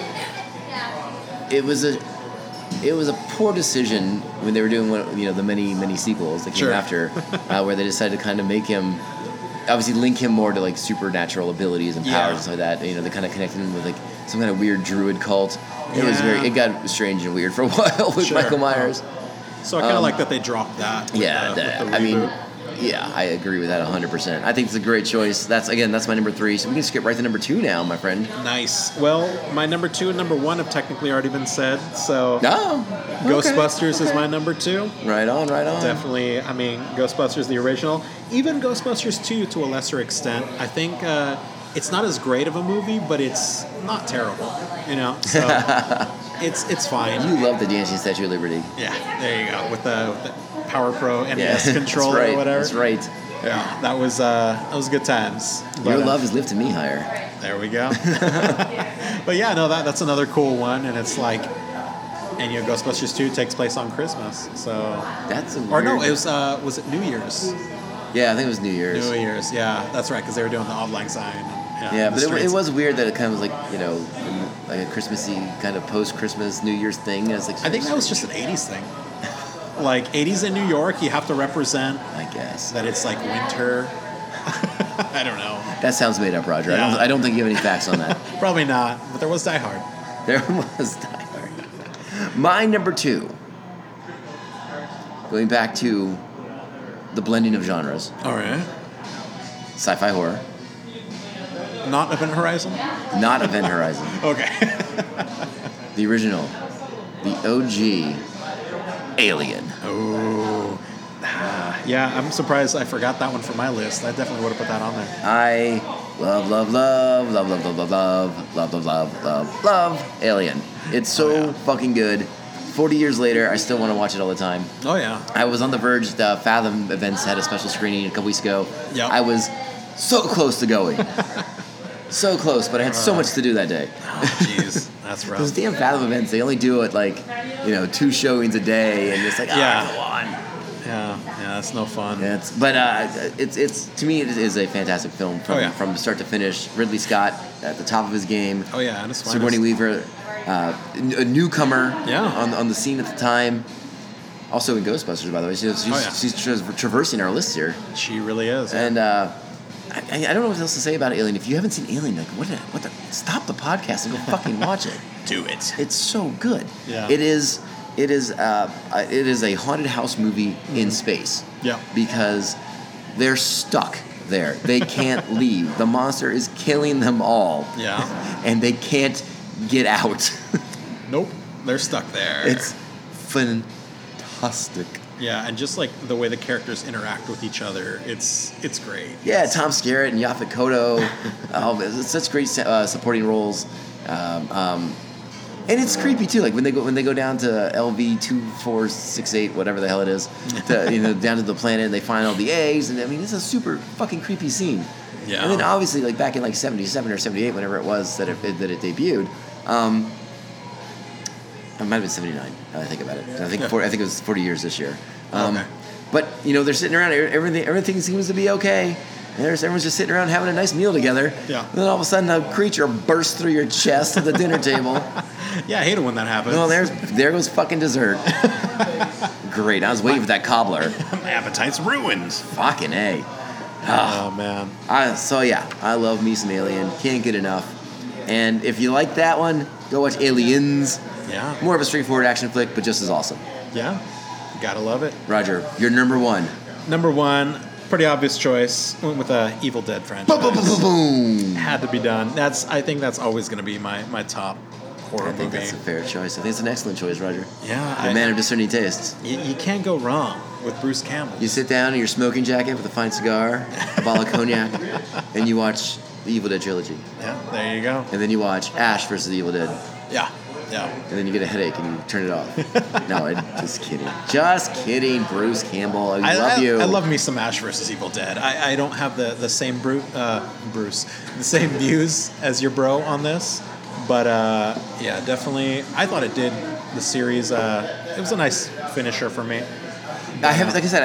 it was a it was a poor decision when they were doing one, you know the many many sequels that came
Sure. *laughs*
after, uh, where they decided to kind of make him obviously link him more to like supernatural abilities and powers
Yeah.
and stuff like that. You know they kind of connected him with like some kind of weird druid cult. It was very
Yeah.
it got strange and weird for a *laughs* while with
Sure.
Michael Myers.
so i kind of like that they dropped that with
Um, Yeah,
the- with
that-
the
I mean,
reboot.
yeah, I agree with that 100%. I think it's a great choice. That's again, that's my number three. So we can skip right to number two now, my friend.
nice well my number two and number one have technically already been said so
No,
Ghostbusters is my number two.
Right on, right on.
Definitely, I mean, Ghostbusters the original, even Ghostbusters 2 to a lesser extent. I think uh, it's not as great of a movie, but it's not terrible, you know?
*laughs*
So it's it's fine.
You love the dancing Statue of Liberty.
yeah, there you go, with the, with the Power Pro
Yeah, *laughs*
NES
that's
controller
right,
or whatever.
That's right.
Yeah, that was, uh, that was good times.
Your
But, uh,
love is lifting me higher.
There we
*laughs*
go. *laughs* but yeah, no, that, that's another cool one, and it's like, and you know, Ghostbusters 2 takes place on Christmas, so
That's a weird.
or no, it was uh, was it New Year's?
yeah, I think it was New Year's.
New Year's, yeah, that's right, because they were doing the odd lang sign. And,
Yeah,
the
but it, it
streets.
was weird that it kind of was like you know, like a Christmassy kind of post-Christmas New Year's thing. And it's like
I think that was just an '80s thing. *laughs* Like '80s in New York, you have to represent
I guess
that it's like winter. *laughs* I don't know,
that sounds made up, Roger. I,
Yeah.
don't, I don't think you have any facts on
*laughs*
that.
probably not. But there was Die Hard.
There was *laughs* Die Hard. My number two. Going back to the blending of genres,
All right.
sci-fi horror,
Not Event Horizon.
not Event Horizon.
*laughs* Okay.
The original. The OG. Alien.
oh. Ah, Yeah, I'm surprised I forgot that one from my list. I definitely would have put that on there.
I love, love, love, love, love, love, love, love, love, love, love, love, love Alien. It's so
Oh,
fucking good. 40 years later, I still want to watch it all the time.
Oh yeah.
I was on the verge. The Fathom events had a special screening a couple weeks ago.
Yeah.
I was so close to going.
*laughs*
so close, but I had so much to do that day.
Oh, Jeez, that's
*laughs*
rough.
Those damn Fathom events, they only do it like, you know, two showings a day, and it's like, ah,
Yeah.
go on.
Yeah, yeah, that's no fun.
Yeah, it's, but uh, it's it's to me it is a fantastic film from
Oh, yeah.
from start to finish. Ridley Scott at the top of his game.
Oh yeah, and it's fine.
Sigourney Weaver, uh, n- a newcomer
Yeah.
on on the scene at the time. Also in Ghostbusters, by the way, she's she's,
Oh, yeah.
she's tra- traversing our list here,
She really is.
and uh, I, I don't know what else to say about Alien. If you haven't seen Alien, like what the, what the stop the podcast and go fucking watch
*laughs*
it.
do it.
It's so good.
Yeah.
It is. It is. Uh, uh, it is a haunted house movie
Mm-hmm.
in space.
Yeah.
Because they're stuck there. They can't leave. The monster is killing them all.
Yeah.
*laughs* And they can't get out.
Nope. They're stuck there.
it's fantastic.
yeah, and just like the way the characters interact with each other, it's it's great.
Yeah, Tom Skerritt and Yaphet Kotto. oh, it's such great uh, supporting roles. Um, um, and it's creepy too. Like when they go when they go down to LV two four six eight whatever the hell it is, to, you know, down to the planet and they find all the eggs. And I mean, it's a super fucking creepy scene.
Yeah.
And then obviously, like back in like seventy seven or seventy eight, whenever it was that it that it debuted. Um, it might have been seventy nine. I think about it. I think
Yeah.
40, I think it was forty years this year. Um,
Okay.
But you know, they're sitting around. e-, Everything everything seems to be okay. And there's, everyone's just sitting around having a nice meal together.
Yeah.
And then all of a sudden, a creature bursts through your chest at the dinner
*laughs*
table.
Yeah, I hate it when that happens.
Well, there's there goes fucking dessert. Great. I was waiting for that cobbler.
*laughs* my appetite's ruined.
fucking a. Ah.
Oh man.
I, so yeah, I love me some Alien. Can't get enough. And if you like that one, go watch Aliens.
Yeah.
More of a straightforward action flick, but just as awesome.
Yeah. Gotta love it.
Roger, you're number one.
Number one, pretty obvious choice. Went with a Evil Dead franchise.
Boom, boom, boom, boom, boom.
Had to be done. That's I think that's always gonna be my my top horror
I think
movie.
that's a fair choice. I think it's an excellent choice, Roger.
yeah,
You're a
I-
man of discerning tastes.
you, you can't go wrong. with Bruce Campbell.
You sit down in your smoking jacket with a fine cigar, a bottle of *laughs* cognac, and you watch the Evil Dead trilogy.
Yeah, there you go.
And then you watch Ash versus the Evil Dead.
Yeah, yeah.
And then you get a headache and you turn it off. *laughs* no, I'm just kidding. Just kidding, Bruce Campbell. I, love you.
I love me some Ash versus Evil Dead. I, I don't have the the same Bru- uh, Bruce, the same *laughs* views as your bro on this, but uh, yeah, definitely. I thought it did the series. Uh, it was a nice finisher for me.
I haven't, like I said,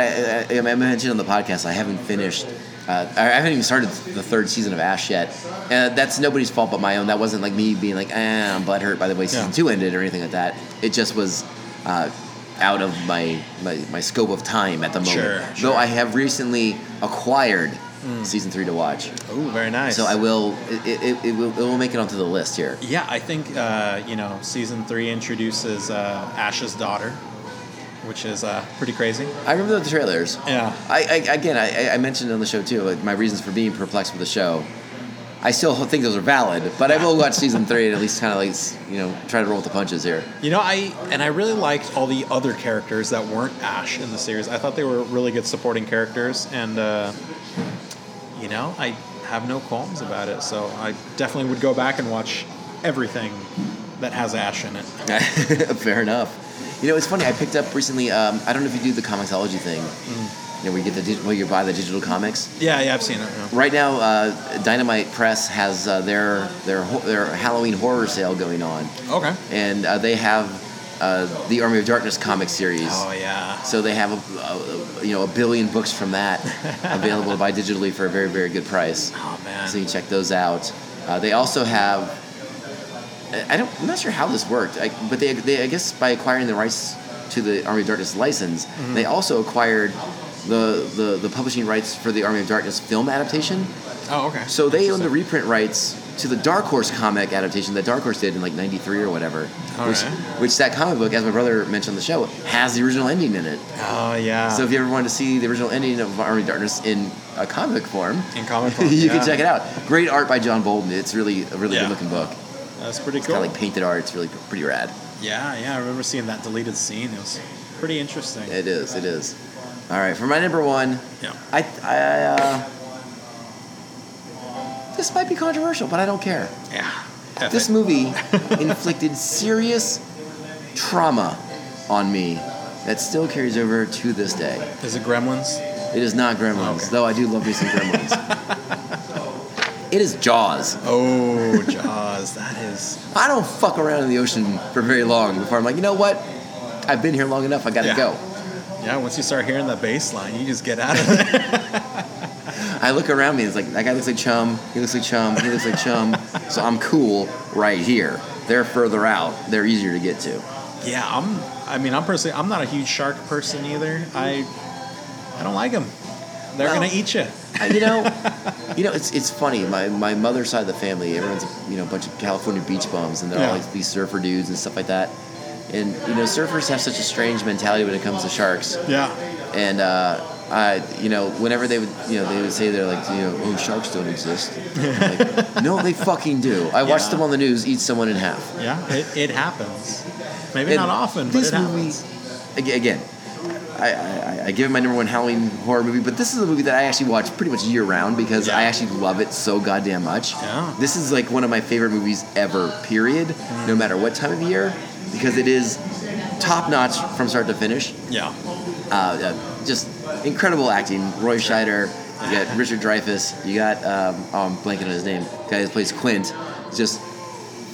I, I, I mentioned on the podcast, I haven't finished. Uh, I haven't even started the third season of Ash yet. Uh, that's nobody's fault but my own. That wasn't like me being like, eh, I'm butthurt by the way season
Yeah.
two ended or anything like that. It just was uh, out of my, my my scope of time at the moment.
Sure,
Though
sure. Mm.
I have recently acquired season three to watch,
Oh, very nice.
so I will. It, it, it, will, it will make it onto the list here.
Yeah, I think uh, you know season three introduces uh, Ash's daughter, which is uh, pretty crazy.
I remember the trailers.
Yeah.
I, I again, I, I mentioned on the show too, like my reasons for being perplexed with the show. I still think those are valid, but I will watch season three and at least kind of like you know try to roll with the punches here. *laughs*
You know, I and I really liked all the other characters that weren't Ash in the series. I thought they were really good supporting characters, and uh, you know, I have no qualms about it. So I definitely would go back and watch everything that has Ash in it.
Fair enough. You know, it's funny. I picked up recently. Um, I don't know if you do the comicsology thing. You know, where you get the dig- where you buy the digital comics.
Yeah, yeah, I've seen it. yeah.
Right now, uh, Dynamite Press has uh, their their ho- their Halloween horror sale going on,
Okay.
and uh, they have uh, the Army of Darkness comic series.
Oh yeah.
So they have a, a, a- you know a billion books from
*laughs*
that available to buy digitally for a very very good price.
Oh man.
So you check those out. Uh, they also have. I I don't. I'm not sure how this worked, I, but they, they I guess by acquiring the rights to the Army of Darkness license,
Mm-hmm.
they also acquired the, the the publishing rights for the Army of Darkness film adaptation.
Oh okay.
So they own the
Interesting.
reprint rights to the Dark Horse comic adaptation that Dark Horse did in like '93 or whatever.
All
which,
right.
which that comic book, as my brother mentioned on the show, has the original ending in it.
Oh yeah.
So if you ever wanted to see the original ending of Army of Darkness in a comic form,
in comic
*laughs* you
form, yeah.
can check it out. Great art by John Bolden. It's really a really
Yeah.
good looking book.
That's pretty
It's
cool.
got like painted art. It's really pretty rad.
Yeah, yeah, I remember seeing that deleted scene. It was pretty interesting.
It is. It is. All right, for my number one,
yeah.
I, I uh, this might be controversial, but I don't care.
Yeah. Epic.
This movie inflicted serious trauma on me that still carries over to this day.
is it Gremlins?
It is not Gremlins,
Okay.
though I do love me some
*laughs*
Gremlins. it is Jaws.
Oh, Jaws. That is.
I don't fuck around in the ocean for very long before I'm like, you know what? I've been here long enough. I gotta
Yeah.
go.
Yeah, once you start hearing that bass line, you just get out of there. *laughs*
I look around me. It's like that guy looks like Chum. He looks like Chum. He looks like Chum. so I'm cool right here. They're further out. They're easier to get to.
yeah, I'm. I mean, I'm personally. I'm not a huge shark person either. I. I don't like them. They're
Well-
gonna eat you.
I- you
*laughs*
know, you know, it's it's funny. My my mother's side of the family, everyone's you know a bunch of California beach bums, and they're all
Yeah.
like these surfer dudes and stuff like that. And you know, surfers have such a strange mentality when it comes to sharks.
Yeah.
And uh, I, you know, whenever they would, you know, they would say they're like, you know, oh, sharks don't exist. I'm like, no, they fucking do. I watched
Yeah.
them on the news eat someone in half.
Yeah. It, it happens. Maybe
And
not often, but
this
it happens.
Ag- Again, I, I, I- I give it my number one Halloween horror movie, but this is a movie that I actually watch pretty much year round because
Yeah.
I actually love it so goddamn much.
Yeah.
This is like one of my favorite movies ever, period, no matter what time of year, because it is top notch from start to finish.
Yeah.
Uh, uh, just incredible acting. Roy Scheider, you got Richard Dreyfuss, you got, um, oh, I'm blanking on his name, the guy who plays Quint, just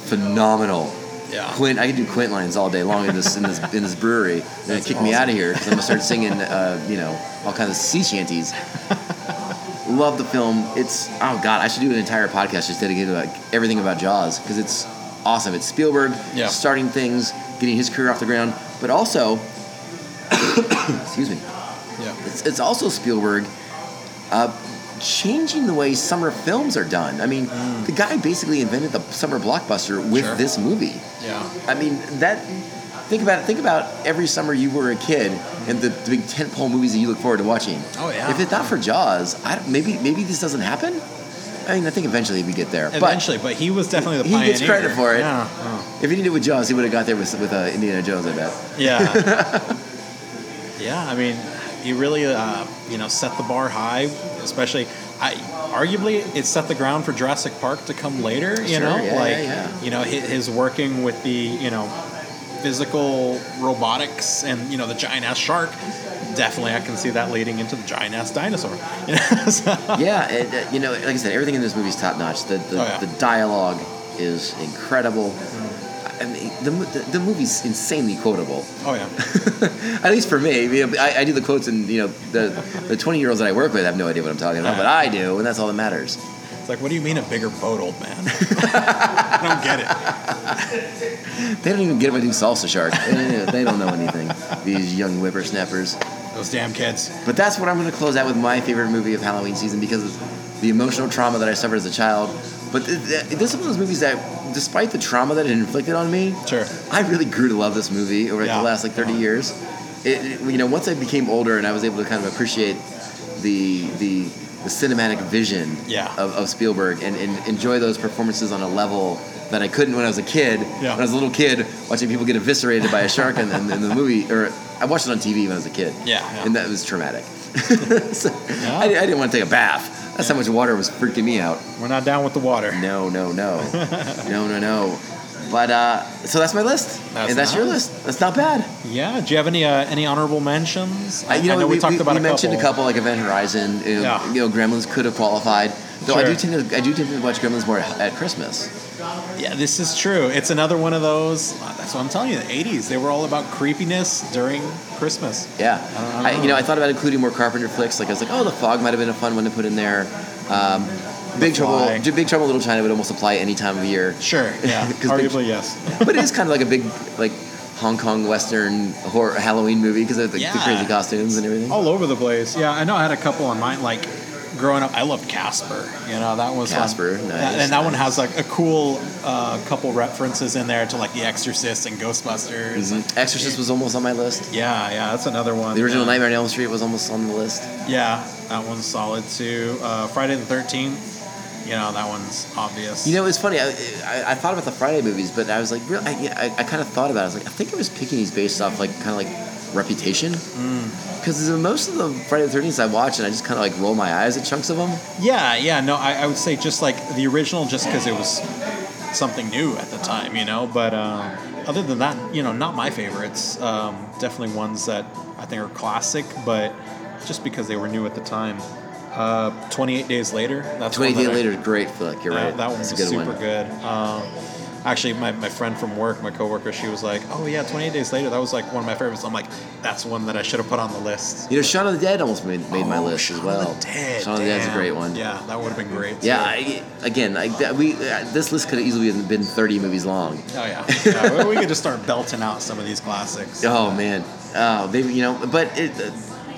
phenomenal.
Yeah.
Quint, I could do Quint lines all day long in this in this in this brewery. They're gonna
That's
kick me
awesome.
out of here because I'm gonna start singing, uh, you know, all kinds of sea
*laughs*
shanties. Love the film. It's oh god, I should do an entire podcast just dedicated to like, everything about Jaws because it's awesome. It's Spielberg
Yeah.
starting things, getting his career off the ground, but also, *coughs* excuse me,
Yeah.
it's, it's also Spielberg. Uh, Changing the way summer films are done. I mean, the guy basically invented the summer blockbuster with
Mm. Sure.
this movie.
Yeah.
I mean that. Think about it. Think about every summer you were a kid and the, the big tentpole movies that you look forward to watching.
Oh, yeah.
If it's not for Jaws, I don't- maybe maybe this doesn't happen. I mean, I think eventually we get there.
Eventually, but, he was definitely the
He
pioneer.
gets credit for it.
Yeah. Oh.
But if he did it with Jaws, *laughs* he would have got there with with uh, Indiana Jones. I bet.
Yeah. yeah, I mean, he really uh, you know set the bar high, especially. I, arguably, it set the ground for Jurassic Park to come later. You
Sure,
know,
yeah,
like
yeah, yeah.
you know hi- his working with the you know physical robotics and you know the giant ass shark. Definitely, I can see that leading into the giant ass dinosaur. *laughs* You know, so-
yeah, it, uh, you know, like I said, everything in this movie is top notch. The the,
Oh, yeah.
the dialogue is incredible. I mean, the, mo- the the movie's insanely quotable. *laughs*
oh yeah.
At least for me, I, mean, I, I do the quotes, and you know, the the twenty year olds that I work with have no idea what I'm talking about, but I do, and that's all that matters.
It's like, what do you mean a bigger boat, old man? *laughs* I don't get it.
They don't even get what do salsa shark. They don't- they don't know anything. These young whippersnappers.
Those damn kids.
But that's what I'm going to close out with my favorite movie of Halloween season because of the emotional trauma that I suffered as a child. But th- th- this is one of those movies that, despite the trauma that it inflicted on me,
Sure.
I really grew to love this movie over like,
Yeah.
the last like 30 years. It, it- you know, once I became older and I was able to kind of appreciate the the, the cinematic vision
Yeah.
of, of Spielberg and, and enjoy those performances on a level that I couldn't when I was a kid.
Yeah.
When I was a little kid, watching people get eviscerated by a shark in, in, in the movie, or I watched it on TV when I was a kid.
Yeah, yeah.
And that was traumatic. *laughs* So, I, I didn't want to take a bath. That's how much water was freaking me out.
We're not down with the water.
No, no, no. no, no, no. But uh, so that's my list.
That's
and that's your
nice.
list. That's not bad.
Yeah. Do you have any uh, any honorable mentions?
Uh, you know,
I know we, talked about
we
a
mentioned
couple.
a couple like Event Horizon. You know,
Yeah.
you know, Gremlins could have qualified. Though I do
Sure.
tend to I do tend to watch Gremlins more at, at Christmas.
Yeah, this is true. It's another one of those. uh, That's what I'm telling you. The '80s, they were all about creepiness during Christmas.
Yeah.
I don't
I, you know, I thought about including more Carpenter flicks. Like I was like, oh, The Fog might have been a fun one to put in there. Um, Big
Fly.
Trouble, Big Trouble, in Little China would almost apply any time of year.
Sure. Yeah.
*laughs* 'Cause they-
Arguably, yes.
but it is kind of like a big like Hong Kong Western horror Halloween movie because of the, the
Yeah.
crazy costumes and everything.
All over the place. Yeah, I know. I had a couple on mine. Like growing up, I loved Casper. You know, that was fun.
Casper,
That-
nice,
and that one
nice.
has like a cool uh, couple references in there to like The Exorcist and Ghostbusters. and-
Mhm. Exorcist was almost on my list.
Yeah, yeah, that's another one.
The original
yeah.
Nightmare on Elm Street was almost on the list.
Yeah, that one's solid too. Uh, Friday the Thirteenth. You know that one's obvious.
You know, it's funny. I, I, I thought about the Friday movies, but I was like, real. I, I, I kind of thought about. it. I was like, I think I was picking these based off like kind of like reputation,
Mm.
because most of the Friday the Thirteenth I watch, and I just kind of like roll my eyes at chunks of them.
Yeah, yeah. No, I, I would say just like the original, just because it was something new at the time. You know, but um, other than that, you know, not my favorites. Um, definitely ones that I think are classic, but just because they were new at the time. Uh, Twenty Eight Days Later. That's
Twenty
one
Days
that I-
Later, great flick. You're
That-
right.
That
That's
one's
a good
super
one.
good. Um, actually, my, my friend from work, my coworker, she was like, "Oh yeah, 28 Days Later." That was like one of my favorites. I'm like, "That's one that I should have put on the list."
You know, Shaun of the Dead almost made, made my
Oh,
list
Shaun
as
of
well.
the Dead,
Shaun of the Dead's a
damn.
great one.
Yeah, that would have been great. too.
Yeah, I, again, I, that- we uh, this list could have easily been been 30 movies long.
Oh yeah. yeah we, we could just start belting out some of
*laughs*
these classics.
Oh man, oh they, you know, but it, uh,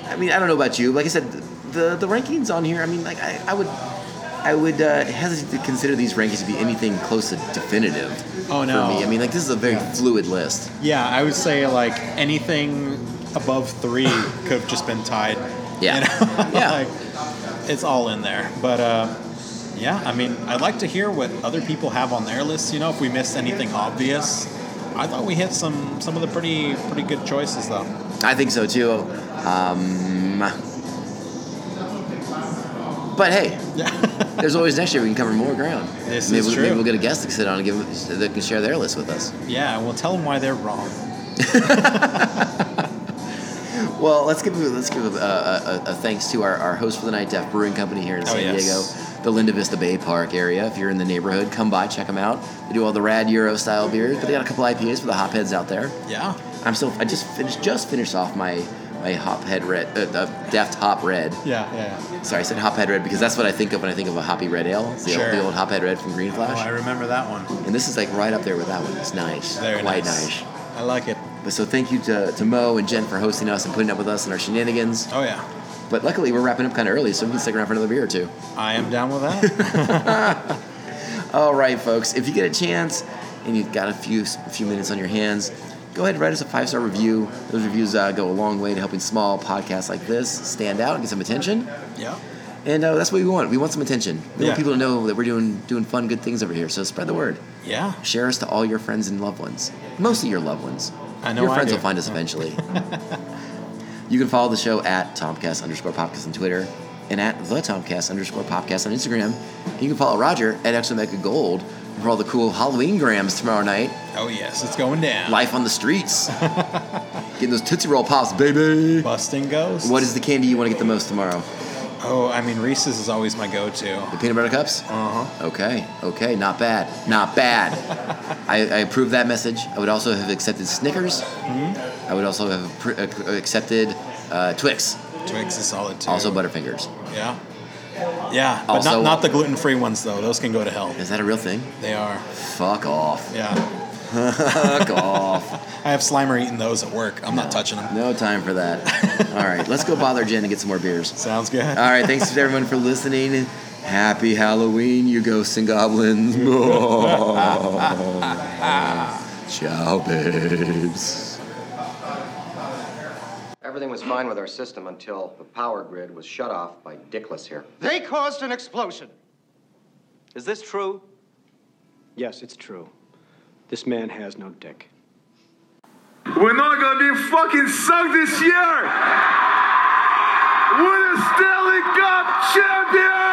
I mean, I don't know about you. Like I said, the the rankings on here. I mean, like I, I would, I would uh, hesitate to consider these rankings to be anything close to definitive.
Oh, no.
For me, I mean, like this is a very fluid list.
Yeah, I would say like anything above three could have just been tied.
Yeah.
You know? *laughs*
Yeah.
like, it's all in there. But uh, yeah, I mean, I'd like to hear what other people have on their list. You know, if we missed anything obvious, I thought we hit some some of the pretty pretty good choices though.
I think so too. Um, but hey,
Yeah.
there's always next year we can cover more ground.
This
maybe,
is
we-
true.
maybe we'll get a guest to sit on and give them, so they can share their list with us.
*laughs* yeah. Well, tell them why they're wrong.
Well, let's give let's give a, a, a, a thanks to our, our host for the night, Deaf Brewing Company here in
Oh,
San
yes.
Diego, the Linda Vista Bay Park area. If you're in the neighborhood, come by, check them out. They do all the rad Euro style beers, but they got a couple IPAs for the hopheads out there.
Yeah.
I'm still I just finished just finished off my my hophead red uh, uh, Deft Hop Red.
Yeah. Yeah.
Sorry, I said hophead red because that's what I think of when I think of a hoppy red ale. It's the,
Sure.
old, the old hophead red from Green
Oh, I
Flash,
remember that one.
and this is like right up there with that one. It's nice,
Very
quite
nice.
nice.
I like it.
But so thank you to, to Mo and Jen for hosting us and putting up with us and our shenanigans.
Oh yeah.
But luckily, we're wrapping up kind of early, so we can stick around for another beer or two.
I am down with
*laughs*
that.
All right, folks, if you get a chance and you've got a few a few minutes on your hands, go ahead and write us a five star review. Those reviews uh, go a long way to helping small podcasts like this stand out and get some attention.
yeah.
And uh, that's what we want. We want some attention. We
Yeah.
want people to know that we're doing doing fun, good things over here. So spread the word.
Yeah.
Share us to all your friends and loved ones. Mostly your loved ones.
I know
Your
I
friends
*laughs* do.
will find us eventually. you You can follow the show at Tomcast underscore Popcast on Twitter and at the Tomcast underscore Popcast on Instagram. And you can follow Roger at Exomega Gold for all the cool Halloween grams tomorrow night.
Oh, yes, it's going down.
Life on the
*laughs*
streets. Getting those Tootsie Roll Pops, baby.
Busting ghosts.
What is the candy you want to get the most tomorrow?
Oh, I mean, Reese's is always my go to.
The peanut butter cups?
Uh huh.
Okay, okay, not bad, not bad. I, I approve that message. I would also have accepted Snickers. I would also have appro- ac- accepted uh, Twix,
Twix is solid too.
also Butterfingers.
Yeah. Yeah, but
Also-
not, not the gluten free ones, though. Those can go to hell.
Is that a real thing?
They are.
Fuck
*laughs*
off.
Yeah.
Fuck off.
I have Slimer eating those at work. I'm not touching them.
No time for that. All right, let's go bother Jen and get some more beers.
Sounds good.
All right, thanks to everyone for listening. and Happy Halloween, you ghosts and goblins. Ciao, babes.
Everything was fine with our system until the power grid was shut off by Dickless here.
They caused an explosion.
Is this true?
Yes, it's true. This man has no dick.
We're not gonna be fucking sucked this year. We're the Stanley Cup champions.